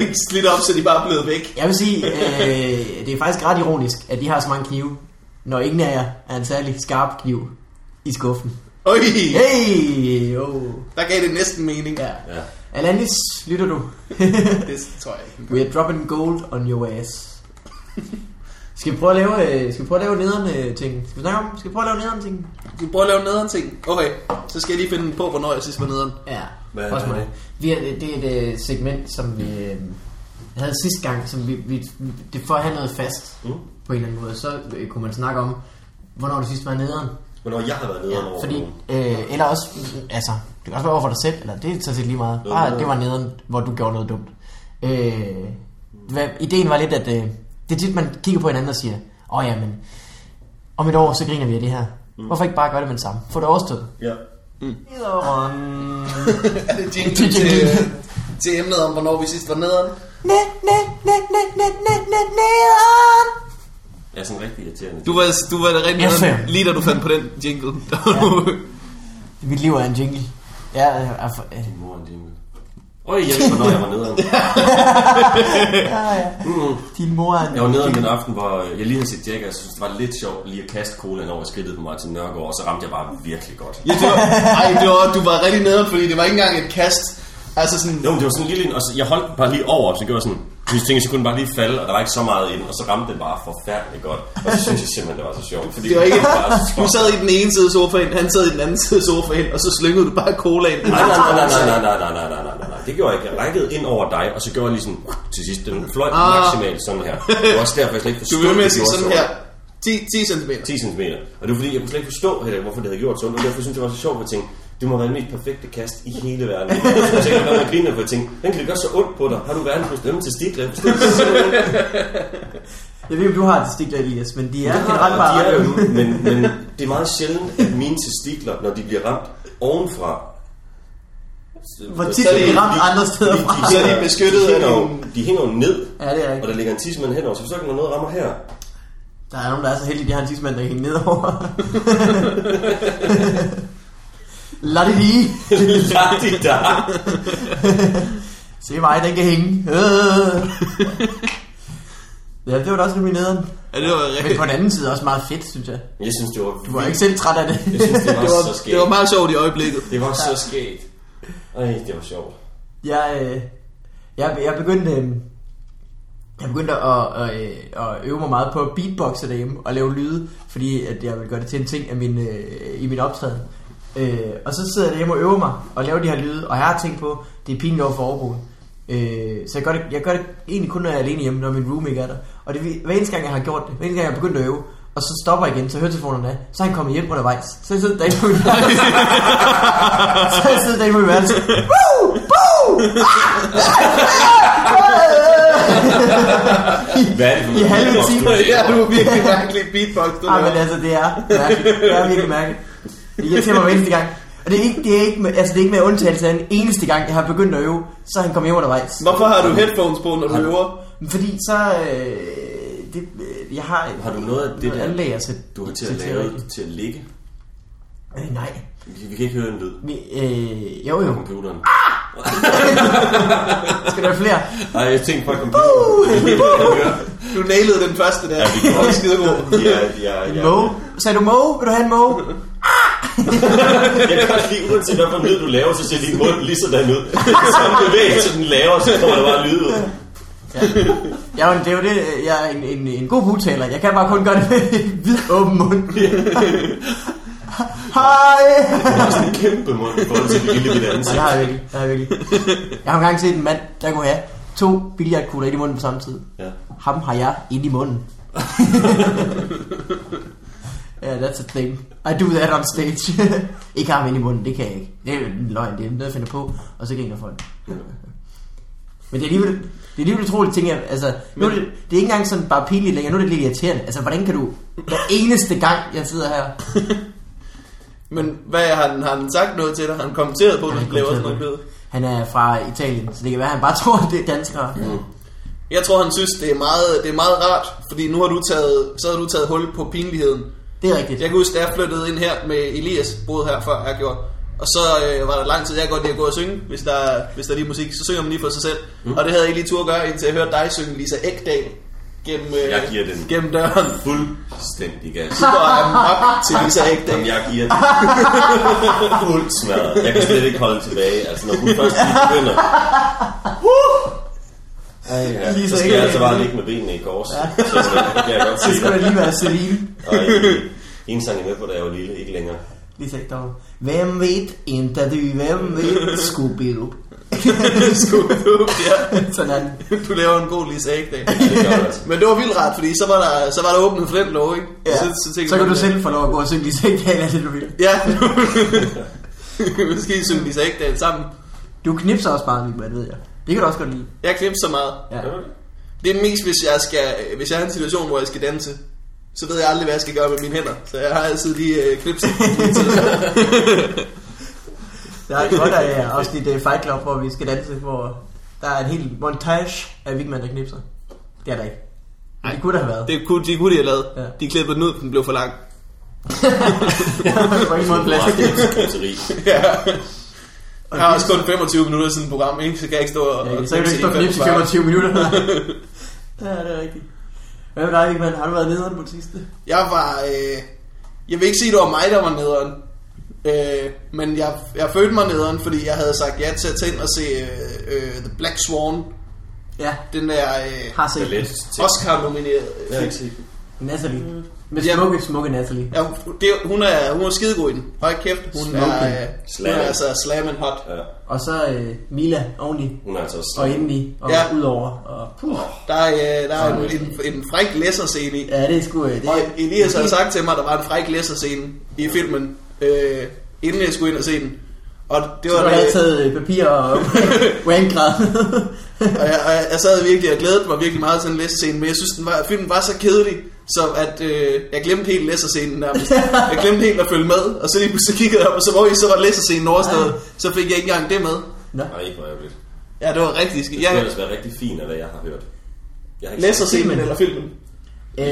Speaker 5: ikke slidt op, så de bare er blevet væk.
Speaker 1: Jeg vil sige, øh, det er faktisk ret ironisk, at de har så mange knive, når ingen af jer er en særlig skarp kniv i skuffen.
Speaker 5: Øj,
Speaker 1: Hey! Oh.
Speaker 5: der gav det næsten mening.
Speaker 1: Ja.
Speaker 3: Ja.
Speaker 1: Alanis, lytter du?
Speaker 5: Det tror jeg ikke.
Speaker 1: We are dropping gold on your ass. Skal vi prøve at lave, øh, skal vi prøve at lave nederne ting? Skal vi snakke om, skal vi prøve at lave nederne ting?
Speaker 5: Vi prøver at lave nederen ting. Okay, så skal jeg lige finde på, hvornår jeg sidst var nederen.
Speaker 1: Ja,
Speaker 3: Hvad er
Speaker 1: også mig.
Speaker 3: det?
Speaker 1: Vi er, det er et øh, segment, som vi øh, havde sidste gang, som vi, vi det for at have noget fast mm.
Speaker 3: Mm.
Speaker 1: på en eller anden måde. Så øh, kunne man snakke om, hvornår du sidst var nederen.
Speaker 3: Hvornår jeg har været nede ja, over
Speaker 1: Fordi,
Speaker 3: nogen.
Speaker 1: øh, eller også, øh, altså, det kan også være over for dig selv, eller det er sådan set lige meget.
Speaker 3: Noget
Speaker 1: Bare,
Speaker 3: nederen.
Speaker 1: det var nederen, hvor du gjorde noget dumt. Øh, hvad, ideen var lidt, at øh, det er tit, man kigger på hinanden og siger, åh oh, ja, men om et år, så griner vi af det her. Mm. Hvorfor ikke bare gøre det med det samme? Få det overstået.
Speaker 3: Ja.
Speaker 5: Er det jingle til, øh, til emnet om, hvornår vi sidst var nederen?
Speaker 1: Næ, næ, næ, næ, næ, næ, næ, nederen.
Speaker 3: Jeg er sådan rigtig irriterende.
Speaker 5: Du var, du var det rigtig
Speaker 1: Ja,
Speaker 5: nederen,
Speaker 1: fair.
Speaker 5: lige da du fandt på den jingle.
Speaker 1: Mit liv er en jingle. Ja, jeg er for, øh,
Speaker 3: Din mor er en jingle. Øj, jeg ved, hvornår jeg var nederen.
Speaker 1: din mor er en...
Speaker 3: Jeg var nederen den aften, hvor øh, jeg lige havde set Jack, og jeg synes, det var lidt sjovt lige at kaste colaen over skridtet på Martin Nørgaard, og så ramte jeg bare virkelig godt.
Speaker 5: ja, det var, ej, det var, du var rigtig nederen, fordi det var ikke engang et kast. Altså sådan,
Speaker 3: Jo, men det var sådan en lille... en, Og så, jeg holdt den bare lige over, og så gjorde jeg sådan... Så jeg tænkte, så kunne den bare lige falde, og der var ikke så meget i den, og så ramte den bare forfærdeligt godt. Og så synes jeg simpelthen, det var så sjovt. Fordi
Speaker 5: Det var ikke-
Speaker 3: den bare så
Speaker 5: du
Speaker 3: sjovt.
Speaker 5: sad i den ene side af sofaen, han sad i den anden side af sofaen, og så slyngede du bare colaen.
Speaker 3: Nej, nej, nej, nej, nej, nej, nej, nej, nej, nej, nej, nej. Det gjorde jeg ikke. Jeg rækkede ind over dig, og så gjorde jeg lige sådan... Til sidst, den fløj ah. maksimalt sådan her. Det var også derfor, jeg slet ikke
Speaker 5: Du
Speaker 3: forstod,
Speaker 5: vil med at
Speaker 3: det
Speaker 5: sige
Speaker 3: gjorde
Speaker 5: sådan
Speaker 3: så
Speaker 5: her.
Speaker 3: ondt.
Speaker 5: 10, 10 cm.
Speaker 3: 10 cm. Og det var fordi, jeg kunne slet ikke forstå, heller, hvorfor det havde gjort så ondt. Og derfor synes jeg, det var så sjovt, at jeg tænkte, det må være den mest perfekte kast i hele verden. Jeg tænkte, når jeg griner, for jeg tænkte, den kan det gøre så ondt på dig. Har du været på stemme til stikler? Jeg forstod det simpelthen ikke.
Speaker 1: Jeg ved ikke, om du har testikler, Elias, men de er
Speaker 3: Jeg
Speaker 1: generelt
Speaker 3: har,
Speaker 1: bare...
Speaker 3: de er jo, men, men det er meget sjældent, at mine testikler, når de bliver ramt ovenfra,
Speaker 1: Hvor tit er de ramt andre steder fra?
Speaker 3: fra?
Speaker 5: Så er de beskyttet
Speaker 3: de
Speaker 5: af
Speaker 3: hænger, jo,
Speaker 5: nogle-
Speaker 3: de hænger jo ned,
Speaker 1: Ja, det er
Speaker 3: og
Speaker 1: ikke.
Speaker 3: der ligger en tidsmand henover, så forstår jeg ikke, når noget rammer her.
Speaker 1: Der er nogen, der er så heldige, de har en tidsmand, der kan hænge nedover. Lad det lige.
Speaker 3: Lad det der.
Speaker 1: Se mig, den kan hænge. Øh. Ja, det var da også nemlig nederen.
Speaker 5: Ja, det var
Speaker 1: Men
Speaker 5: rigtig.
Speaker 1: på den anden side også meget fedt, synes jeg.
Speaker 3: Jeg synes, det var,
Speaker 1: Du var ikke selv træt af det.
Speaker 3: Jeg synes, det var,
Speaker 5: Det var,
Speaker 3: så skægt.
Speaker 5: det var meget sjovt i øjeblikket.
Speaker 3: Det var så skægt. Ej, det var sjovt.
Speaker 1: Jeg, øh, jeg, jeg begyndte, øh, jeg begyndte at, at, øh, at øve mig meget på at beatboxe derhjemme og lave lyde, fordi at jeg vil gøre det til en ting af min, øh, i min optræden. Øh, og så sidder jeg derhjemme og øver mig og laver de her lyde, og jeg har tænkt på, det er pinligt over for overbruget. Øh, så jeg gør, det, jeg gør det egentlig kun, når jeg er alene hjemme, når min roomie er der. Og det, hver eneste gang, jeg har gjort det, hver eneste gang, jeg har begyndt at øve, og så stopper jeg igen, så høretelefonerne af, så er han kommet hjem undervejs. Så jeg sidder derinde på min værelse. så jeg sidder derinde på min værelse. Woo! Woo!
Speaker 3: Hvad er det for
Speaker 1: I halve
Speaker 3: beatbox,
Speaker 1: timer,
Speaker 3: du
Speaker 5: Ja,
Speaker 3: laver?
Speaker 5: du var virkelig mærkelig beatbox, du
Speaker 3: Ah,
Speaker 1: Ej, men
Speaker 5: lavede.
Speaker 1: altså, det er mærkeligt. Det er virkelig mærkeligt. Det irriterer mig hver eneste gang. Og det er ikke, det er ikke, med, altså, det er ikke med undtagelse af en eneste gang, jeg har begyndt at øve, så er han kommet hjem undervejs.
Speaker 5: Hvorfor har du headphones på, når du
Speaker 3: Ah.
Speaker 5: øver?
Speaker 1: Fordi så... Øh, det, øh, jeg har,
Speaker 3: Har du noget af det
Speaker 1: noget
Speaker 3: der,
Speaker 1: anlæg altså, at sætte,
Speaker 3: Du har til at
Speaker 1: sætte
Speaker 3: lave
Speaker 1: rigtigt.
Speaker 3: til at ligge.
Speaker 1: Øh, nej.
Speaker 3: Vi vi kan ikke høre en lyd
Speaker 1: Vi, øh, jo,
Speaker 3: på
Speaker 1: jo.
Speaker 3: computeren.
Speaker 1: Skal der være flere?
Speaker 3: Nej, jeg tænkte på computeren. Det er det, jeg hører.
Speaker 5: Du nailede den første der.
Speaker 3: Ja, vi
Speaker 5: Det var
Speaker 3: gjorde
Speaker 5: skide god.
Speaker 3: Ja, ja, ja.
Speaker 1: Mo? Sagde du Mo? Vil du have en Mo?
Speaker 3: Jeg kan godt lide, uanset hvad for en lyd du laver, så ser din mund lige sådan ud. Samme bevægelse, den laver, så kommer der bare lyd ud.
Speaker 1: Jeg er jo, det er jo det, øh, jeg er en, en, en god bugtaler. Jeg kan bare kun gøre det med en hvid åben mund. Hej!
Speaker 3: Det er sådan en kæmpe mund i forhold til det lille bitte
Speaker 1: Nej,
Speaker 3: ansigt.
Speaker 1: det har jeg virkelig. Det har jeg virkelig. Jeg har engang set en mand, der kunne have to billiardkugler ind i munden på samme tid.
Speaker 3: Ja.
Speaker 1: Ham har jeg ind i munden. Ja, yeah, that's a thing. I do that on stage. ikke ham ind i munden, det kan jeg ikke. Det er jo en løgn, det er noget, jeg finder på, og så griner folk. Men det er alligevel, det er alligevel utroligt, ting, jeg, altså, nu er det, det er ikke engang sådan bare pinligt længere, nu er det lidt irriterende. Altså, hvordan kan du, hver eneste gang, jeg sidder her,
Speaker 5: Men hvad har han, har han sagt noget til dig? Har han kommenteret på, at
Speaker 1: han
Speaker 5: du laver sådan
Speaker 1: kommenteret
Speaker 5: noget
Speaker 1: han er fra Italien, så det kan være, at han bare tror, at det er danskere. Mm.
Speaker 2: Jeg tror, han synes, det er meget, det er meget rart, fordi nu har du taget, så har du taget hul på pinligheden.
Speaker 1: Det er rigtigt.
Speaker 2: Jeg kan huske, da jeg flyttede ind her med Elias, boede her før jeg gjorde, og så øh, var der lang tid, jeg godt lige at gå og synge, hvis der, er- hvis der er lige musik, så synger man lige for sig selv. Mm. Og det havde jeg ikke lige tur at gøre, indtil jeg hørte dig synge Lisa Ekdal gennem, øh,
Speaker 3: Jeg giver den.
Speaker 2: gennem døren.
Speaker 3: Fuldstændig gas.
Speaker 2: Du går amok til Lisa Ekdal.
Speaker 3: Jamen, jeg giver den fuldt smadret. Jeg kan slet ikke holde tilbage. Altså, når hun først lige begynder, ja,
Speaker 1: Lige
Speaker 3: så
Speaker 1: så
Speaker 3: skal
Speaker 1: ikke-
Speaker 3: jeg altså bare ligge med benene i kors. Ja. Så det kan jeg godt
Speaker 1: Så
Speaker 3: se
Speaker 1: skulle
Speaker 3: dig.
Speaker 1: det lige være Celine.
Speaker 3: Og øh, en sang jeg er med på, da jeg var lille, ikke længere.
Speaker 1: Lige sagt dog. Hvem ved, inte du, hvem ved, Scooby-Doo. Sådan.
Speaker 2: Du laver en god Lisa Ekdal.
Speaker 3: Det gør jeg altså.
Speaker 2: Men det var vildt rart, fordi så var der, så var der åbnet for den lov, ikke?
Speaker 1: Ja.
Speaker 2: Så, tænkte
Speaker 1: Så kan
Speaker 2: man,
Speaker 1: du selv få lov at gå og synge lige sagt af det, du vil.
Speaker 2: Ja. Måske synge Lisa Ekdal sammen.
Speaker 1: Du knipser også bare lige, man ved jeg. Det kan du også godt lide.
Speaker 2: Jeg knipser meget.
Speaker 1: Ja.
Speaker 2: Det er mest, hvis jeg, skal, hvis jeg er i en situation, hvor jeg skal danse. Så ved jeg aldrig, hvad jeg skal gøre med mine hænder. Så jeg har altid lige øh, knipset.
Speaker 1: Der er godt af også dit uh, Fight Club, hvor vi skal danse, hvor der er en hel montage af Vigman, der knipser. Det er der ikke. Men det kunne der have været. Det
Speaker 2: det kunne de, kunne de have lavet.
Speaker 1: Ja.
Speaker 2: Ja. De klippede den ud, den blev for lang.
Speaker 1: er på ingen måde plads.
Speaker 3: Det er skæbseri.
Speaker 2: Ja. Jeg har også kun 25 minutter siden program, ikke? Så kan jeg ikke stå og...
Speaker 1: Ja,
Speaker 2: og
Speaker 1: så kan du ikke stå
Speaker 2: knipse i
Speaker 1: knips i 25
Speaker 2: 45.
Speaker 1: minutter. ja, det er rigtigt. Hvad med dig, Vigman? Har du været nederen på det sidste?
Speaker 2: Jeg var... Øh, jeg vil ikke sige, det var mig, der var nederen. Øh, men jeg, jeg følte mig nederen, fordi jeg havde sagt ja til at tage ind og se øh, øh, The Black Swan.
Speaker 1: Ja,
Speaker 2: Den der øh,
Speaker 1: har set
Speaker 3: Ballet
Speaker 1: den.
Speaker 3: til.
Speaker 2: Oscar-nomineret
Speaker 3: Jeg har ikke set den.
Speaker 1: Natalie. Med
Speaker 2: Ja.
Speaker 1: smukke, smukke Natalie.
Speaker 2: Ja, hun- det, er- hun er, hun er skidegod i den. Høj kæft, hun
Speaker 1: Smoking.
Speaker 2: er, øh, hun
Speaker 3: Slam.
Speaker 2: er altså slam and hot.
Speaker 3: Ja,
Speaker 1: Og så øh, Mila oveni,
Speaker 3: hun er altså også...
Speaker 1: og indeni, og ja.
Speaker 2: Ja.
Speaker 1: udover. Og, puh,
Speaker 2: Der er, øh, der er en, en, en fræk læserscene i.
Speaker 1: ja, det er sgu... øh, Det,
Speaker 2: Og
Speaker 1: er-
Speaker 2: Elias havde sagt til mig, at der var en fræk læserscene i filmen, øh, inden jeg skulle ind og se den. Og det
Speaker 1: så
Speaker 2: var
Speaker 1: du
Speaker 2: med,
Speaker 1: havde taget øh, papir og wankrad.
Speaker 2: og jeg, og jeg, jeg sad virkelig og glædede mig virkelig meget til den læserscene, men jeg synes, den var, filmen var så kedelig, så at øh, jeg glemte helt læserscenen nærmest. Jeg glemte helt at følge med, og så lige pludselig kiggede jeg op, og så, hvor I så var læserscenen overstået, så fik jeg ikke engang det med.
Speaker 1: Nå,
Speaker 3: Nej, hvor er det.
Speaker 2: Ja, det var rigtig skidt.
Speaker 3: Det skulle
Speaker 2: Jeg,
Speaker 3: ellers være rigtig fint af, hvad jeg har hørt. Jeg har ikke
Speaker 2: læserscenen eller filmen?
Speaker 1: øh,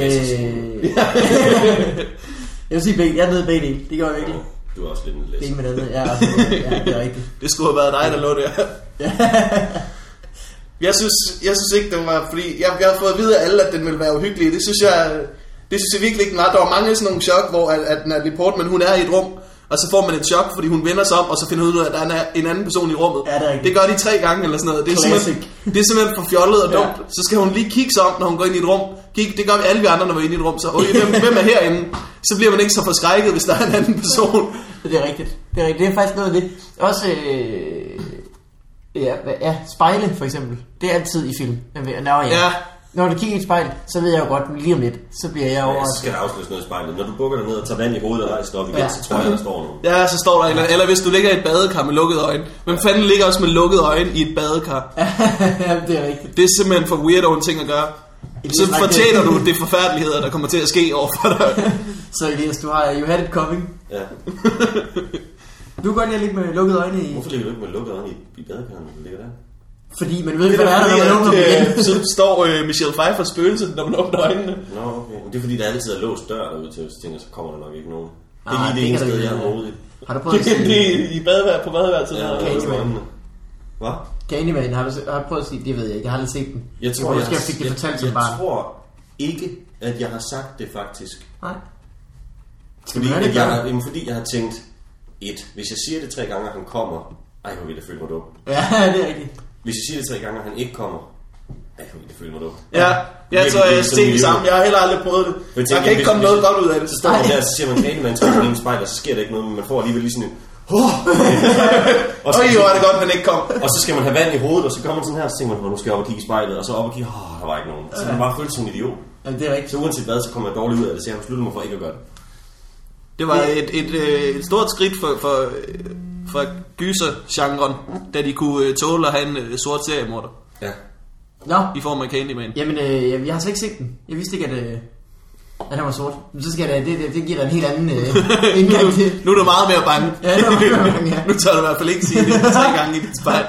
Speaker 1: jeg vil sige, begge- jeg er nede i begge dele. Det gør jeg virkelig.
Speaker 3: set- Du er også lidt en
Speaker 1: Det er
Speaker 3: læser.
Speaker 1: ikke med det andet. Ja, altså, ja, det er rigtigt.
Speaker 2: Det skulle have været dig, der lå der. jeg, synes, jeg synes ikke, den var... Fordi jeg, jeg har fået at vide af alle, at den ville være uhyggelig. Det synes jeg, det synes jeg virkelig ikke, den var. Der var mange sådan nogle chok, hvor at, at Natalie Portman, hun er i et rum, og så får man et chok, fordi hun vender sig om, og så finder hun ud af, at der er en anden person i rummet.
Speaker 1: Ja, det er rigtigt.
Speaker 2: det gør de tre gange eller sådan noget. Det er,
Speaker 1: Classic.
Speaker 2: simpelthen, det er simpelthen for fjollet og dumt. Så skal hun lige kigge sig om, når hun går ind i et rum. Kig, det gør vi alle vi andre, når vi er inde i et rum. Så okay, hvem, hvem er herinde? Så bliver man ikke så forskrækket, hvis der er en anden person.
Speaker 1: Det er rigtigt. Det er rigtigt. Det er faktisk noget af det. Også... Øh, ja, hvad- ja, spejle for eksempel. Det er altid i film. Nå, ja. ja.
Speaker 2: Ja.
Speaker 1: Når du kigger i et spejl, så ved jeg jo godt, lige om lidt, så bliver jeg
Speaker 3: Ja, så
Speaker 1: overrasket.
Speaker 3: skal der afsløres noget i spejlet. Når du bukker dig ned og tager vand i hovedet og rejser dig op igen,
Speaker 1: Ja.
Speaker 3: så tror jeg, der står nogen.
Speaker 2: Ja, så står der en eller anden. Eller hvis du ligger i et badekar med lukkede øjne. Hvem fanden ligger også med lukkede øjne i et badekar?
Speaker 1: Jamen, det er rigtigt.
Speaker 2: Det er simpelthen for weirdo en ting at gøre. Så fortjener du det forfærdeligheder, der kommer til at ske over for dig.
Speaker 1: Så Elias, du har you had it coming.
Speaker 3: Ja.
Speaker 1: Du kan godt lide at ligge med lukkede øjne i,
Speaker 3: Hvorfor ligger du ikke med lukket øjne i, i badekarret, når du ligger der?
Speaker 1: fordi man ved ikke, hvad der er, når man åbner dem igen.
Speaker 2: så står øh, Michelle Pfeiffer spøgelse, når man åbner øjnene.
Speaker 3: Nå, okay. Men det er fordi, der altid er låst dør derude til, så tænker jeg, så kommer der nok ikke nogen. Det
Speaker 1: Ah,
Speaker 3: er lige det
Speaker 1: det kan
Speaker 3: eneste
Speaker 1: der
Speaker 3: sted,
Speaker 1: ikke
Speaker 3: jeg har
Speaker 1: være.
Speaker 3: modet.
Speaker 1: Har du prøvet at sige
Speaker 2: i, i badevær, på badeværelset.
Speaker 3: Ja,
Speaker 2: Ja.
Speaker 3: og låst øjnene. Hvad?
Speaker 1: Candyman? Har du, se- har du prøvet at sige det? ved jeg ikke. Jeg har aldrig set den.
Speaker 3: Jeg tror,
Speaker 1: jeg,
Speaker 3: jeg,
Speaker 1: måske, jeg fik det
Speaker 3: jeg,
Speaker 1: fortalt
Speaker 3: jeg,
Speaker 1: som barn.
Speaker 3: tror ikke, at jeg har sagt det faktisk.
Speaker 1: Nej. Skal
Speaker 3: Fordi,
Speaker 1: man høre det
Speaker 3: at jeg, har-
Speaker 1: jeg...
Speaker 3: jamen, fordi jeg har tænkt, et, hvis jeg siger det tre gange, og han kommer, ej, hvor vil jeg føle mig dum.
Speaker 1: Ja, det er rigtigt.
Speaker 3: Hvis jeg siger det tre gange, og han ikke kommer, ej, hvor vil jeg føle mig dum.
Speaker 2: ja. øh, Jeg tror, jeg er
Speaker 3: Virkelig,
Speaker 2: sten i
Speaker 3: virkelig.
Speaker 2: sammen. Jeg har heller aldrig prøvet
Speaker 3: Men
Speaker 2: det.
Speaker 3: tænk,
Speaker 2: Der kan ikke
Speaker 3: hvis-
Speaker 2: komme
Speaker 3: hvis-
Speaker 2: noget godt ud af det.
Speaker 3: Så står man der, og så siger man, hey, man tager en spejl, og så sker der ikke noget, men man får alligevel lige sådan en... og, så,
Speaker 2: Øj, hvor er det godt, man ikke kom.
Speaker 3: og så skal man have vand i hovedet, og så kommer man sådan her, og så tænker man, "Nå, nu skal jeg op og kigge i spejlet, og så op og kigge, åh, der var ikke nogen. Så man bare følt som en idiot.
Speaker 1: Jamen, det er rigtigt.
Speaker 3: Så uanset hvad, så kommer jeg dårligt ud af det, så jeg har besluttet mig for ikke at gøre det.
Speaker 2: Det var et, et, øh, et stort skridt for, for, øh, for gyser-genren, da de kunne øh, tåle at have en øh, sort seriemorder
Speaker 3: Ja.
Speaker 1: Nå,
Speaker 2: i form af Candyman.
Speaker 1: jamen, øh, jeg, jeg har slet ikke set den. Jeg vidste ikke, at... Øh, at han var sort. Men så skal jeg da, det, det, det giver da en helt anden øh, indgang til.
Speaker 2: Nu er du meget mere bange.
Speaker 1: Ja, det var meget mere bange, ja.
Speaker 2: nu tør du i hvert fald ikke sige det tre gange i dit spejl.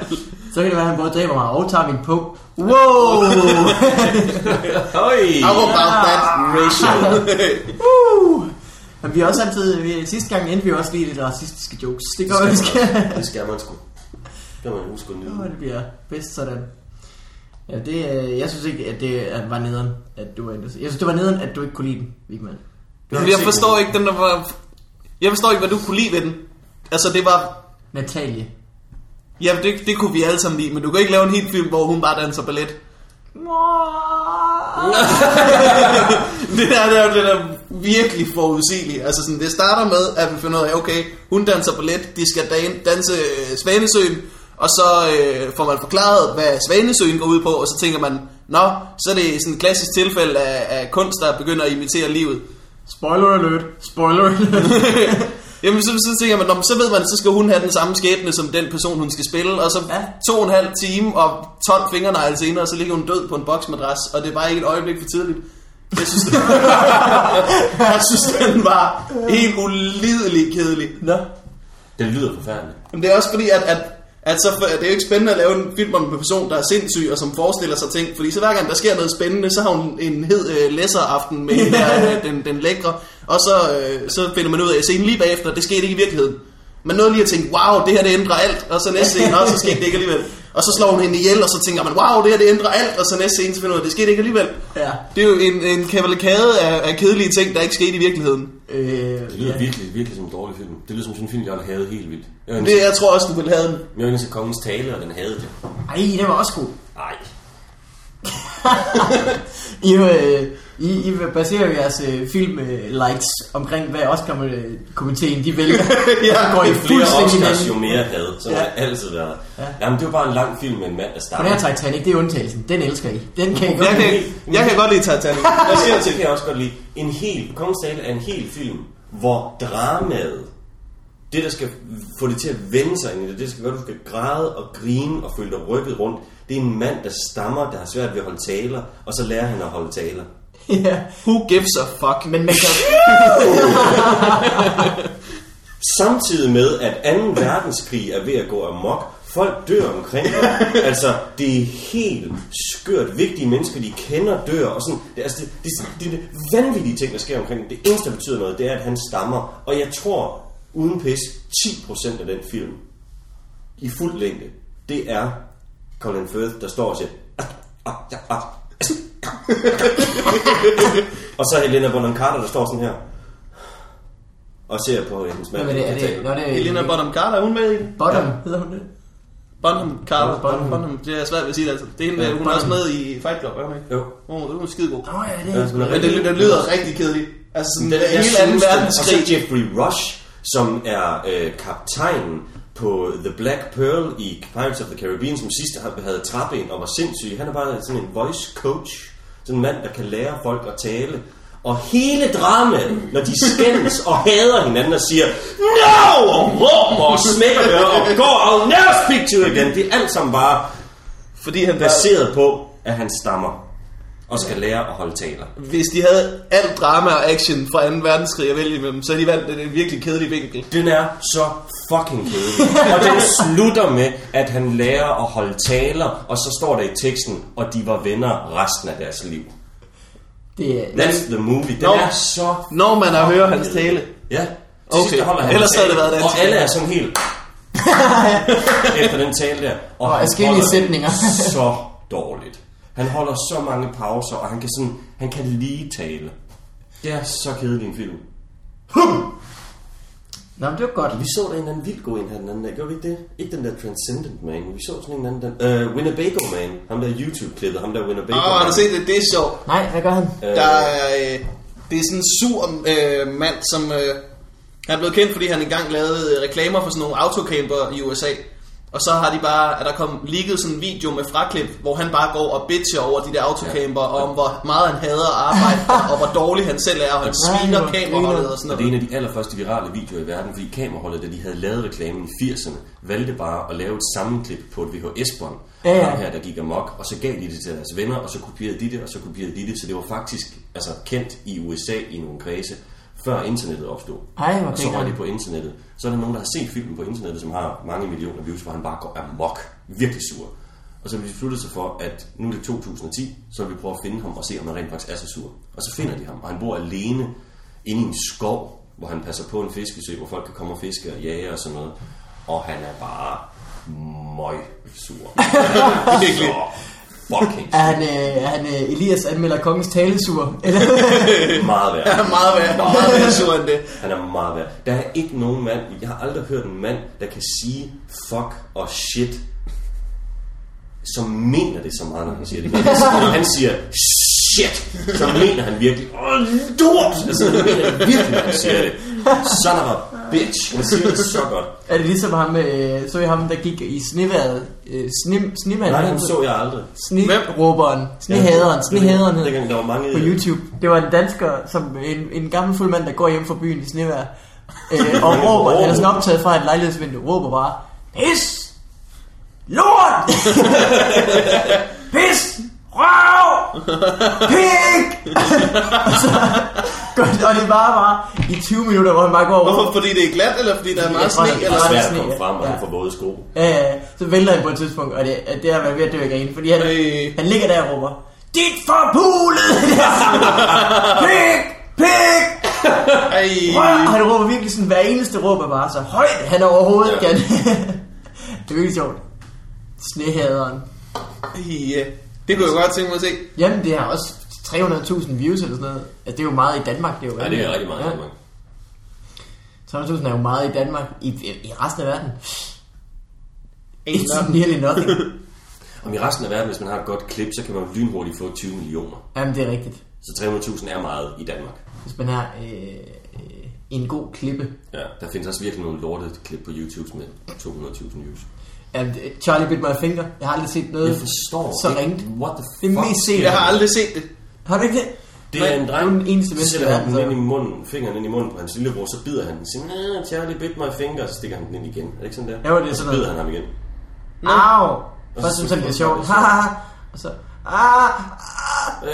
Speaker 1: Så kan det være, at han både dræber mig og tager min pung. Wow!
Speaker 3: Oj!
Speaker 2: How about that ratio?
Speaker 1: Uh! Men vi har også altid, vi, sidste gang endte vi også lige i lidt racistiske jokes. Det gør, vi skal.
Speaker 3: Det skal man sgu. Det må man huske at
Speaker 1: Åh,
Speaker 3: nyde.
Speaker 1: det bliver bedst sådan. Ja, det, øh, jeg synes ikke, at det øh, var nederen, at du var interesseret. Jeg synes, det var nederen, at du ikke kunne lide den, Vigman.
Speaker 2: Men jeg forstår ikke den, der var... Jeg forstår ikke, hvad du kunne lide ved den. Altså, det var...
Speaker 1: Natalie.
Speaker 2: Ja, det, det kunne vi alle sammen lide, men du kan ikke lave en helt film, hvor hun bare danser ballet. det der, det er, det der virkelig forudsigeligt. Altså sådan, det starter med, at vi finder ud af, okay, hun danser ballet, de skal dan- danse øh, Svanesøen, og så øh, får man forklaret, hvad Svanesøen går ud på, og så tænker man, nå, så er det sådan et klassisk tilfælde af, af kunst, der begynder at imitere livet.
Speaker 1: Spoiler alert. Spoiler alert.
Speaker 2: Jamen, så, så tænker man, "Nå, men så ved man, så skal hun have den samme skæbne som den person, hun skal spille, og så
Speaker 1: Ja.
Speaker 2: ja. to og en halv time og 12 fingernegle senere, så ligger hun død på en boksmadras, og det er bare ikke et øjeblik for tidligt. Jeg synes, den, jeg synes, den var helt ulidelig kedelig.
Speaker 1: Nå.
Speaker 3: Det lyder forfærdeligt.
Speaker 2: Men det er også fordi, at, at, at så, det er jo ikke spændende at lave en film om en person, der er sindssyg og som forestiller sig ting. Fordi så hver gang der sker noget spændende, så har hun en hed øh, læseraften med hende der, øh, den, den lækre. Og så, øh, så finder man ud af, at scenen lige bagefter, det skete ikke i virkeligheden. Man nåede lige at tænke, wow, det her det ændrer alt. Og så næste scene, og så skete det ikke alligevel. Og så slår hun hende ihjel, og så tænker man, wow, det her det ændrer alt. Og så næste scene, så finder man ud af, det skete ikke alligevel.
Speaker 1: Ja.
Speaker 2: Det er jo en, en kavalkade af, af kedelige ting, der ikke skete i virkeligheden.
Speaker 1: Øh,
Speaker 3: Det lyder
Speaker 1: ja.
Speaker 3: virkelig, virkelig som en dårlig film. Det lyder som sådan en film, jeg har hadet helt vildt. Jeg var
Speaker 2: Det, jeg tror også, du ville have den.
Speaker 3: jeg var til kongens tale, og den havde det.
Speaker 1: Ej, den var også god.
Speaker 3: Nej.
Speaker 1: I, øh, I, I baserer jo jeres øh, film-likes omkring, hvad Oscar-komiteen de vælger. ja, så går I
Speaker 3: Jo flere
Speaker 1: fuldstændig
Speaker 3: Oscars, jo
Speaker 1: hinanden.
Speaker 3: mere had. Sådan har det altid været. Jamen, det var bare en lang film med en mand, der
Speaker 1: På
Speaker 3: stammer.
Speaker 1: den her Titanic, det er undtagelsen. Den elsker I. Den kan I godt
Speaker 2: Jeg kan,
Speaker 1: lide.
Speaker 2: jeg kan godt lide Titanic.
Speaker 3: Jeg siger til, kan jeg også godt lide. En hel, Kongens Tale er en hel film, hvor dramaet, det der skal få det til at vende sig ind i det, det der skal gøre, at du skal græde og grine og føle dig rykket rundt, det er en mand, der stammer, der har svært ved at holde taler, og så lærer han at holde taler.
Speaker 1: Ja.
Speaker 2: Who gives a fuck?
Speaker 1: Men man kan
Speaker 3: Samtidig med, at 2. verdenskrig er ved at gå amok, folk dør omkring dem. altså, det er helt skørt. Vigtige mennesker, de kender, dør, og sådan. Det, altså, det, det, det, det vanvittige ting, der sker omkring dem. Det eneste, der betyder noget, det er, at han stammer. Og jeg tror, uden pis, 10% af den film, i fuld længde, det er Colin Firth, der står og siger... "Ah, ah, ja, ah." og så Helena Bonham Carter, der står sådan her og ser på hendes mand.
Speaker 1: Hvem er det? Er det, nå, det er
Speaker 2: Elena Bonham Carter, er hun med i den?
Speaker 1: Bottom, hedder hun det?
Speaker 2: Bonham Carter.
Speaker 1: Bonham.
Speaker 2: Bonham. Bonham. Det er svært ved at sige det, altså. Det er hende,
Speaker 1: Ja,
Speaker 2: ja, hun er
Speaker 1: Bonham.
Speaker 2: også med i Fight Club, er hun ikke?
Speaker 3: Jo.
Speaker 2: Oh, det er hun skidegod.
Speaker 1: Nå ja, det
Speaker 3: Ja,
Speaker 1: er
Speaker 3: hun er
Speaker 2: Men det, det lyder rigtig kedeligt. Altså sådan, det Altså, er hele anden
Speaker 3: Og så
Speaker 2: verdenskrig.
Speaker 3: Jeffrey Rush, som er øh, kaptajnen på The Black Pearl i Pirates of the Caribbean, som sidst havde- havde trappen og var sindssyg. Han er bare sådan en voice coach. Sådan en mand, der kan lære folk at tale. Og hele dramaet, når de skændes og hader hinanden og siger No! Og råber og smækker døre og går og never speak to you again. Det er alt sammen bare
Speaker 2: Fordi han bare,
Speaker 3: baseret på, at han stammer og skal lære at holde taler.
Speaker 2: hvis de havde alt drama og action fra 2. verdenskrig at vælge imellem, så havde de valgt den en virkelig kedelig vinkel.
Speaker 3: Den er så fucking kedelig. og den slutter med, at han lærer at holde taler, og så står der i teksten, og de var venner resten af deres liv.
Speaker 1: Det er...
Speaker 3: That's the movie. Den
Speaker 2: Nå.
Speaker 3: er så...
Speaker 2: Når man har hørt hans tale.
Speaker 3: Ja. Til sidst,
Speaker 2: Okay.
Speaker 3: der holder han
Speaker 2: Ellers
Speaker 3: en
Speaker 2: havde det været
Speaker 3: tale,
Speaker 2: dansk.
Speaker 3: Og alle er sådan helt... efter den tale der.
Speaker 1: Og
Speaker 3: han
Speaker 1: adskillige
Speaker 3: holder
Speaker 1: sætninger.
Speaker 3: så dårligt. Han holder så mange pauser, og han kan, sådan, han kan lige tale. Det er så kedelig en film.
Speaker 1: Nå, men det var godt.
Speaker 3: Vi så da en eller anden vildt god en her den anden dag, gjorde vi ikke det? Ikke den der Transcendent Man, vi så sådan en anden den... Uh, Winnebago Man, ham der YouTube-klippet, ham der Winnebago
Speaker 2: Åh, Ah, har du set det? Det er sjovt.
Speaker 1: Nej, hvad gør han?
Speaker 3: Øh,
Speaker 2: Der er, øh, det er sådan en sur øh, mand, som øh, han er blevet kendt, fordi han engang lavede øh, reklamer for sådan nogle autocamper i USA. Og så har de bare, at der kom ligget sådan en video med fraklip, hvor han bare går og bitcher over de der autocamper, ja. om hvor meget han hader at arbejde, og hvor dårlig han selv er, og han
Speaker 1: hvor
Speaker 2: sviner
Speaker 1: griner.
Speaker 2: kameraholdet og sådan
Speaker 3: Og det er
Speaker 2: noget.
Speaker 3: en af de allerførste virale videoer i verden, fordi kameraholdet, da de havde lavet reklamen i 80'erne, valgte bare at lave et sammenklip på et VHS-bånd.
Speaker 1: Ja, ja.
Speaker 3: Ham her, der gik amok, og så gav de det til deres venner, og så kopierede de det, og så kopierede de det, så det var faktisk altså, kendt i USA i nogle kredse, før internettet opstod.
Speaker 1: Ej, hvor
Speaker 3: og så var
Speaker 1: grineren.
Speaker 3: det på internettet. Så er der nogen, der har set filmen på internettet, som har mange millioner views, hvor han bare går amok, virkelig sur. Og så har vi besluttet sig for, at nu er det 2010, så vil vi prøve at finde ham og se, om han rent faktisk er så sur. Og så finder de ham, og han bor alene inde i en skov, hvor han passer på en fiskesø, hvor folk kan komme og fiske og jage og sådan noget. Og han er bare møg sur. Virkelig. Fucking
Speaker 1: Er han, øh, er han øh, Elias anmelder kongens talesur? Eller?
Speaker 3: meget værd.
Speaker 2: Meget værd, meget værd sur end det.
Speaker 3: Han er meget værd. Der er ikke nogen mand, jeg har aldrig hørt en mand, der kan sige fuck og shit, som mener det så meget, når han siger det. Når han siger shit, så mener han virkelig, åh, lort! Altså, han mener det virkelig, når han siger det. Son of a bitch. Han siger det så godt.
Speaker 1: er det ligesom ham, øh, så jeg ham, der gik i sneværet? Øh, snim, snimanden?
Speaker 3: Nej, ham så jeg aldrig.
Speaker 1: Sneråberen, snehaderen, snehaderen hed han
Speaker 3: Dengang der var mange...
Speaker 1: på YouTube. Det var en dansker, som en, en gammel fuld mand, der går hjem fra byen i snevejr. Øh, og råber, han er sådan optaget fra et lejlighedsvindue, råber bare, Pis! Lort! Pis! Røv! Pik! og så går det, og det bare bare i 20 minutter, hvor han bare går og
Speaker 2: Hvorfor?
Speaker 1: råber.
Speaker 2: Fordi det er glat, eller fordi der er meget
Speaker 1: Jeg tror,
Speaker 2: sne?
Speaker 1: det er
Speaker 2: Eller?
Speaker 3: Det er
Speaker 1: meget
Speaker 3: svært at komme
Speaker 1: sne,
Speaker 3: frem, og
Speaker 1: ja.
Speaker 3: han får våde sko.
Speaker 1: Ja, så vælter han på et tidspunkt, og det, at det har været ved at dø af grin, fordi han,
Speaker 2: Øh.
Speaker 1: han ligger der og råber, Dit forpulede! pik! Pik!
Speaker 2: Ej,
Speaker 1: Rør! Og han råber virkelig sådan, hver eneste råb er bare så højt, han overhovedet ja.
Speaker 3: Ja.
Speaker 1: kan. det er virkelig sjovt. Snehaderen.
Speaker 2: ja. det kunne jeg godt tænke mig at se.
Speaker 1: Jamen, det har også 300.000 views eller sådan noget. Altså, det er jo meget i Danmark, det er jo.
Speaker 3: Ja, det er rigtig meget.
Speaker 1: Ja. 300.000 er jo meget i Danmark. I, i resten af verden. It's nearly nothing.
Speaker 3: Om i resten af verden, hvis man har et godt klip, så kan man lynhurtigt få 20 millioner.
Speaker 1: Jamen, det er rigtigt.
Speaker 3: Så 300.000 er meget i Danmark.
Speaker 1: Hvis man har øh, øh, en god klippe.
Speaker 3: Ja, der findes også virkelig nogle lortede klip på YouTube med 200.000 views.
Speaker 1: Jamen, det- Charlie bit my finger. Jeg har aldrig set noget.
Speaker 3: Jeg forstår
Speaker 1: Øh, Så
Speaker 3: ikke.
Speaker 1: ringt.
Speaker 3: What the
Speaker 1: Det
Speaker 3: fuck?
Speaker 1: er mest set.
Speaker 2: Jeg har aldrig set det.
Speaker 1: Har du ikke det?
Speaker 3: Det er en dreng,
Speaker 1: Du er den eneste altså.
Speaker 3: så
Speaker 1: menneske i
Speaker 3: sætter han
Speaker 1: verden,
Speaker 3: den
Speaker 1: så.
Speaker 3: ind i munden, fingeren ind i munden på hans lillebror, så bider han den. Så siger, han, "Ah, Charlie bit my finger, så stikker han den ind igen. Er det ikke sådan der?
Speaker 1: Jo, det er sådan
Speaker 3: så
Speaker 1: noget.
Speaker 3: bider han ham igen.
Speaker 1: Au!
Speaker 3: Og så
Speaker 1: Først synes han, det er
Speaker 3: synes han,
Speaker 1: sjovt.
Speaker 3: det
Speaker 1: Ha,
Speaker 3: er sjovt.
Speaker 1: ha, ha. Og så... Ah,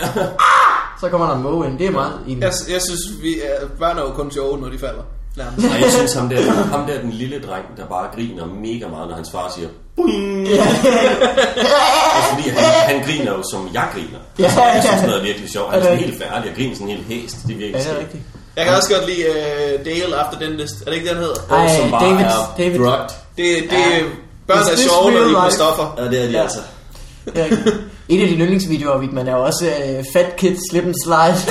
Speaker 1: ah, ah. Så kommer der en måge ind. Det er meget en...
Speaker 2: Jeg, jeg synes, vi er, børn er jo kun sjove, når de falder. Nærmest.
Speaker 3: Og jeg synes, ham der, ham der den lille dreng, der bare griner mega meget, når hans far siger, Bing! Og fordi han, han griner jo, som jeg griner.
Speaker 1: Ja,
Speaker 3: Altså, jeg synes,
Speaker 1: ja.
Speaker 3: noget er virkelig sjovt.
Speaker 1: Er
Speaker 3: Han er
Speaker 1: det
Speaker 3: sådan helt
Speaker 1: rigtigt?
Speaker 3: færdig og griner sådan helt hæst. Det er
Speaker 1: Ja,
Speaker 3: virkelig
Speaker 1: det er
Speaker 3: skægt.
Speaker 1: rigtigt.
Speaker 2: Jeg kan også godt lide uh, Dale After Dentist. Er det ikke den hedder?
Speaker 1: Ej,
Speaker 3: Og som bare
Speaker 1: David,
Speaker 3: er
Speaker 1: David.
Speaker 3: drugged.
Speaker 2: Det, det
Speaker 1: Ja.
Speaker 2: ja. børn
Speaker 1: Is
Speaker 2: er
Speaker 1: this
Speaker 2: sjove, når
Speaker 1: real
Speaker 2: de er på
Speaker 1: life?
Speaker 2: stoffer.
Speaker 3: Ja, det er de
Speaker 1: Ja.
Speaker 3: ja. altså.
Speaker 1: Det er rigtigt. Et af dine yndlingsvideoer, Vigman, er jo også øh, Fat Kid Slip and Slide.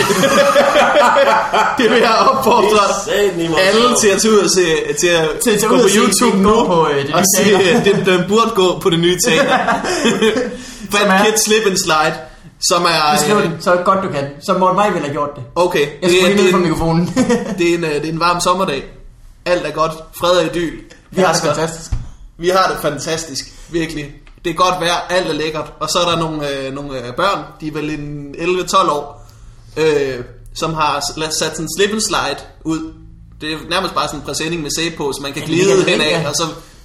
Speaker 2: Det vil jeg opfordre dig. alle til at tage ud og se, til at,
Speaker 1: Til at tage
Speaker 2: gå
Speaker 1: ud
Speaker 2: på
Speaker 1: og se
Speaker 2: YouTube
Speaker 1: den
Speaker 2: nu,
Speaker 1: gå på, øh, det
Speaker 2: og
Speaker 1: nye
Speaker 2: se,
Speaker 1: teater.
Speaker 2: øh, den, den burde gå på det nye teater. Fat
Speaker 1: Som er-
Speaker 2: Kid Slip and Slide, som er...
Speaker 1: Skriv
Speaker 2: øh,
Speaker 1: det så godt du kan. Så Morten Maj ville have gjort det.
Speaker 2: Okay,
Speaker 1: Jeg
Speaker 2: det,
Speaker 1: skulle lige ned
Speaker 2: det,
Speaker 1: fra
Speaker 2: det,
Speaker 1: mikrofonen.
Speaker 2: det, er en, øh, det er en varm sommerdag. Alt er godt. Fred og idyl.
Speaker 1: Vi har det
Speaker 2: Elsker.
Speaker 3: Altså.
Speaker 1: fantastisk.
Speaker 2: Vi har det fantastisk, virkelig. Det er godt vejr, alt er lækkert. Og så er der nogle, øh, nogle øh, børn, de er vel en 11-12 år, øh, som har s- la- sat sådan en slip and slide ud. Det er nærmest bare sådan en præsending med sæbe på, så man kan
Speaker 1: Ja, det
Speaker 2: glide
Speaker 1: kan
Speaker 2: hen af,
Speaker 1: ja.
Speaker 2: og så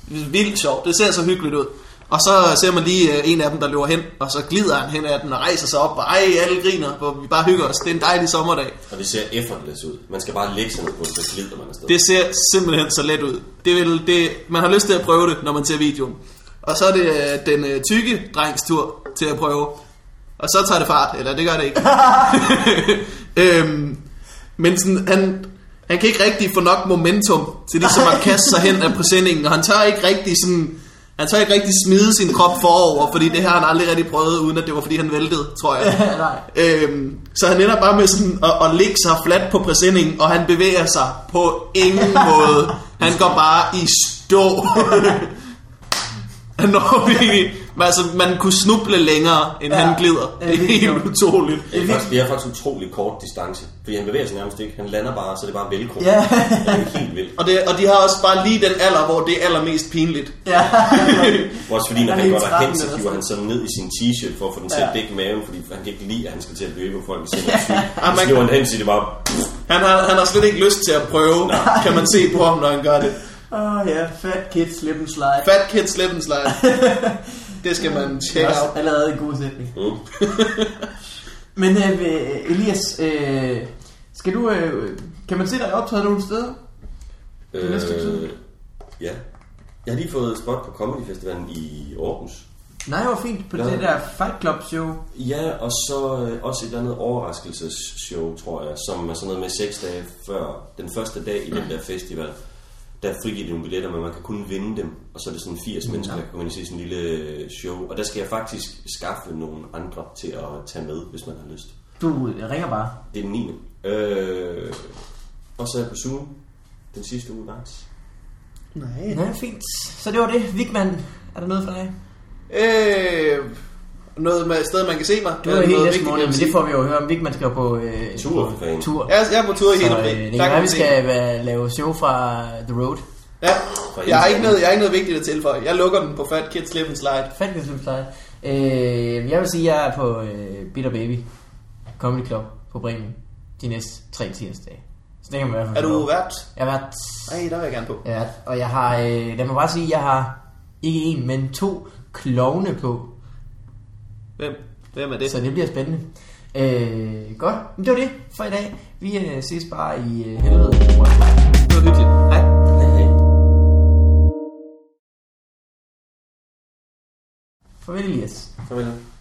Speaker 2: vildt sjovt. Det ser så hyggeligt ud. Og så ser man lige øh, en af dem, der løber hen, og så glider han hen af den og rejser sig op, og ej, alle griner, hvor vi bare hygger os. Det er en dejlig sommerdag.
Speaker 3: Og det ser effortless ud. Man skal bare lægge sig ned på det, så glider man afsted.
Speaker 2: Det ser simpelthen så let ud. Det vil, det, man har lyst til at prøve det, når man ser videoen. Og så er det øh, den øh, tykke drengs tur til at prøve. Og så tager det fart, eller det gør det ikke. øhm, men sådan, han, han kan ikke rigtig få nok momentum til ligesom at kaste sig hen af præsendingen, og han tør ikke rigtig sådan... Han tør ikke rigtig smide sin krop forover, fordi det har han aldrig rigtig prøvet, uden at det var fordi han væltede, tror jeg.
Speaker 1: Nej.
Speaker 2: Øhm, så han ender bare med sådan at, at ligge sig fladt på præsendingen, og han bevæger sig på ingen måde. Han går bare i stå. han når virkelig, Men altså, man kunne snuble længere, end ja. han glider.
Speaker 1: Ja,
Speaker 2: Det er
Speaker 1: det er
Speaker 2: helt utroligt.
Speaker 3: Det er, faktisk, det er faktisk utrolig kort distance, fordi han bevæger sig nærmest ikke. Han lander bare, så det er bare velcro.
Speaker 1: Ja.
Speaker 3: Det er helt vildt.
Speaker 2: Og, det, og de har også bare lige den alder, hvor det er allermest pinligt.
Speaker 1: Ja.
Speaker 3: Også fordi, når
Speaker 1: Han er
Speaker 3: han
Speaker 1: helt
Speaker 3: går derhen,
Speaker 1: træt
Speaker 3: så
Speaker 1: eller
Speaker 3: hiver han sådan ned i sin t-shirt for at få den til at
Speaker 1: Ja. Ah,
Speaker 3: dække maven, fordi han kan ikke lide, at han skal til at løbe, og folk siger, at han er syg. Så hiver han hen, så det bare...
Speaker 2: Han har, han har slet ikke lyst til at prøve, kan man se på ham, når han gør det.
Speaker 1: Åh oh, ja, fat kid slip and slide.
Speaker 2: Fat Kid Slip and Slide. Det skal man
Speaker 1: Det er
Speaker 2: tjekke
Speaker 1: også
Speaker 2: out.
Speaker 1: allerede en god sætning.
Speaker 3: Mm.
Speaker 1: Men øh, øh, Elias, øh, skal du, øh, kan man se dig optræde nogle steder? næste tid.
Speaker 3: Øh, ja. Jeg har lige fået spot på Comedy Festivalen i Aarhus.
Speaker 1: Nej, hvor fint på
Speaker 3: Ja.
Speaker 1: det der Fight Club show.
Speaker 3: Ja, og så øh, også et eller andet overraskelsesshow, tror jeg, som er sådan noget med seks dage før den første dag i den der festival. Der frigiver de nogle billetter, men man kan kun vinde dem, og så er det sådan 80 mennesker, der kommer ind og se sådan en lille øh, show. Og der skal jeg faktisk skaffe nogle andre til at tage med, hvis man har lyst.
Speaker 1: Du øh, ringer bare.
Speaker 3: Det er den 9. Øh, og så er jeg på Zoom den sidste uge i marts.
Speaker 2: Nej.
Speaker 1: Ja, fint. Så det var det. Vigman, er der noget for dig?
Speaker 2: Øh, noget med et sted, man kan se mig.
Speaker 1: Du er
Speaker 2: noget
Speaker 1: helt næste
Speaker 2: vigtigt,
Speaker 1: morgen,
Speaker 2: jeg
Speaker 1: men
Speaker 2: vil
Speaker 1: det
Speaker 2: sige.
Speaker 1: får vi jo at høre om. Vigman skal jo på øh,
Speaker 3: Tur for fanden.
Speaker 1: tur.
Speaker 2: Jeg er- jeg er på tur i hele
Speaker 1: Så øh, det
Speaker 2: øjeblikket.
Speaker 1: kan
Speaker 2: Tak,
Speaker 1: være, vi
Speaker 2: Mathilde.
Speaker 1: skal øh, lave show fra The Road.
Speaker 2: Ja,
Speaker 3: Fra
Speaker 2: jeg har,
Speaker 3: Instagram.
Speaker 2: ikke noget, jeg har ikke noget vigtigt at tilføje. Jeg lukker den på Fat Kid Slip and Slide.
Speaker 1: Fat Kid Slip and Slide. Øh, jeg vil sige, at jeg er på øh, Bitter Baby Comedy Club på Bremen de næste tre tirsdage. Så det kan man i hvert fald
Speaker 2: Er
Speaker 1: få
Speaker 2: du
Speaker 1: lov.
Speaker 2: vært?
Speaker 1: Jeg har været...
Speaker 2: Nej, der vil jeg gerne på.
Speaker 1: Jeg har været, og jeg har... Øh, lad mig bare sige, jeg har ikke en, men to klovne på.
Speaker 2: Hvem? Hvem er det?
Speaker 1: Så det bliver spændende. Øh, godt, men det var det for i dag. Vi øh, ses bare i øh, helvede. tror jeg.
Speaker 2: Det var hyggeligt. Hej.
Speaker 3: Hey, hey.
Speaker 1: Farvel Elias.
Speaker 3: Farvel.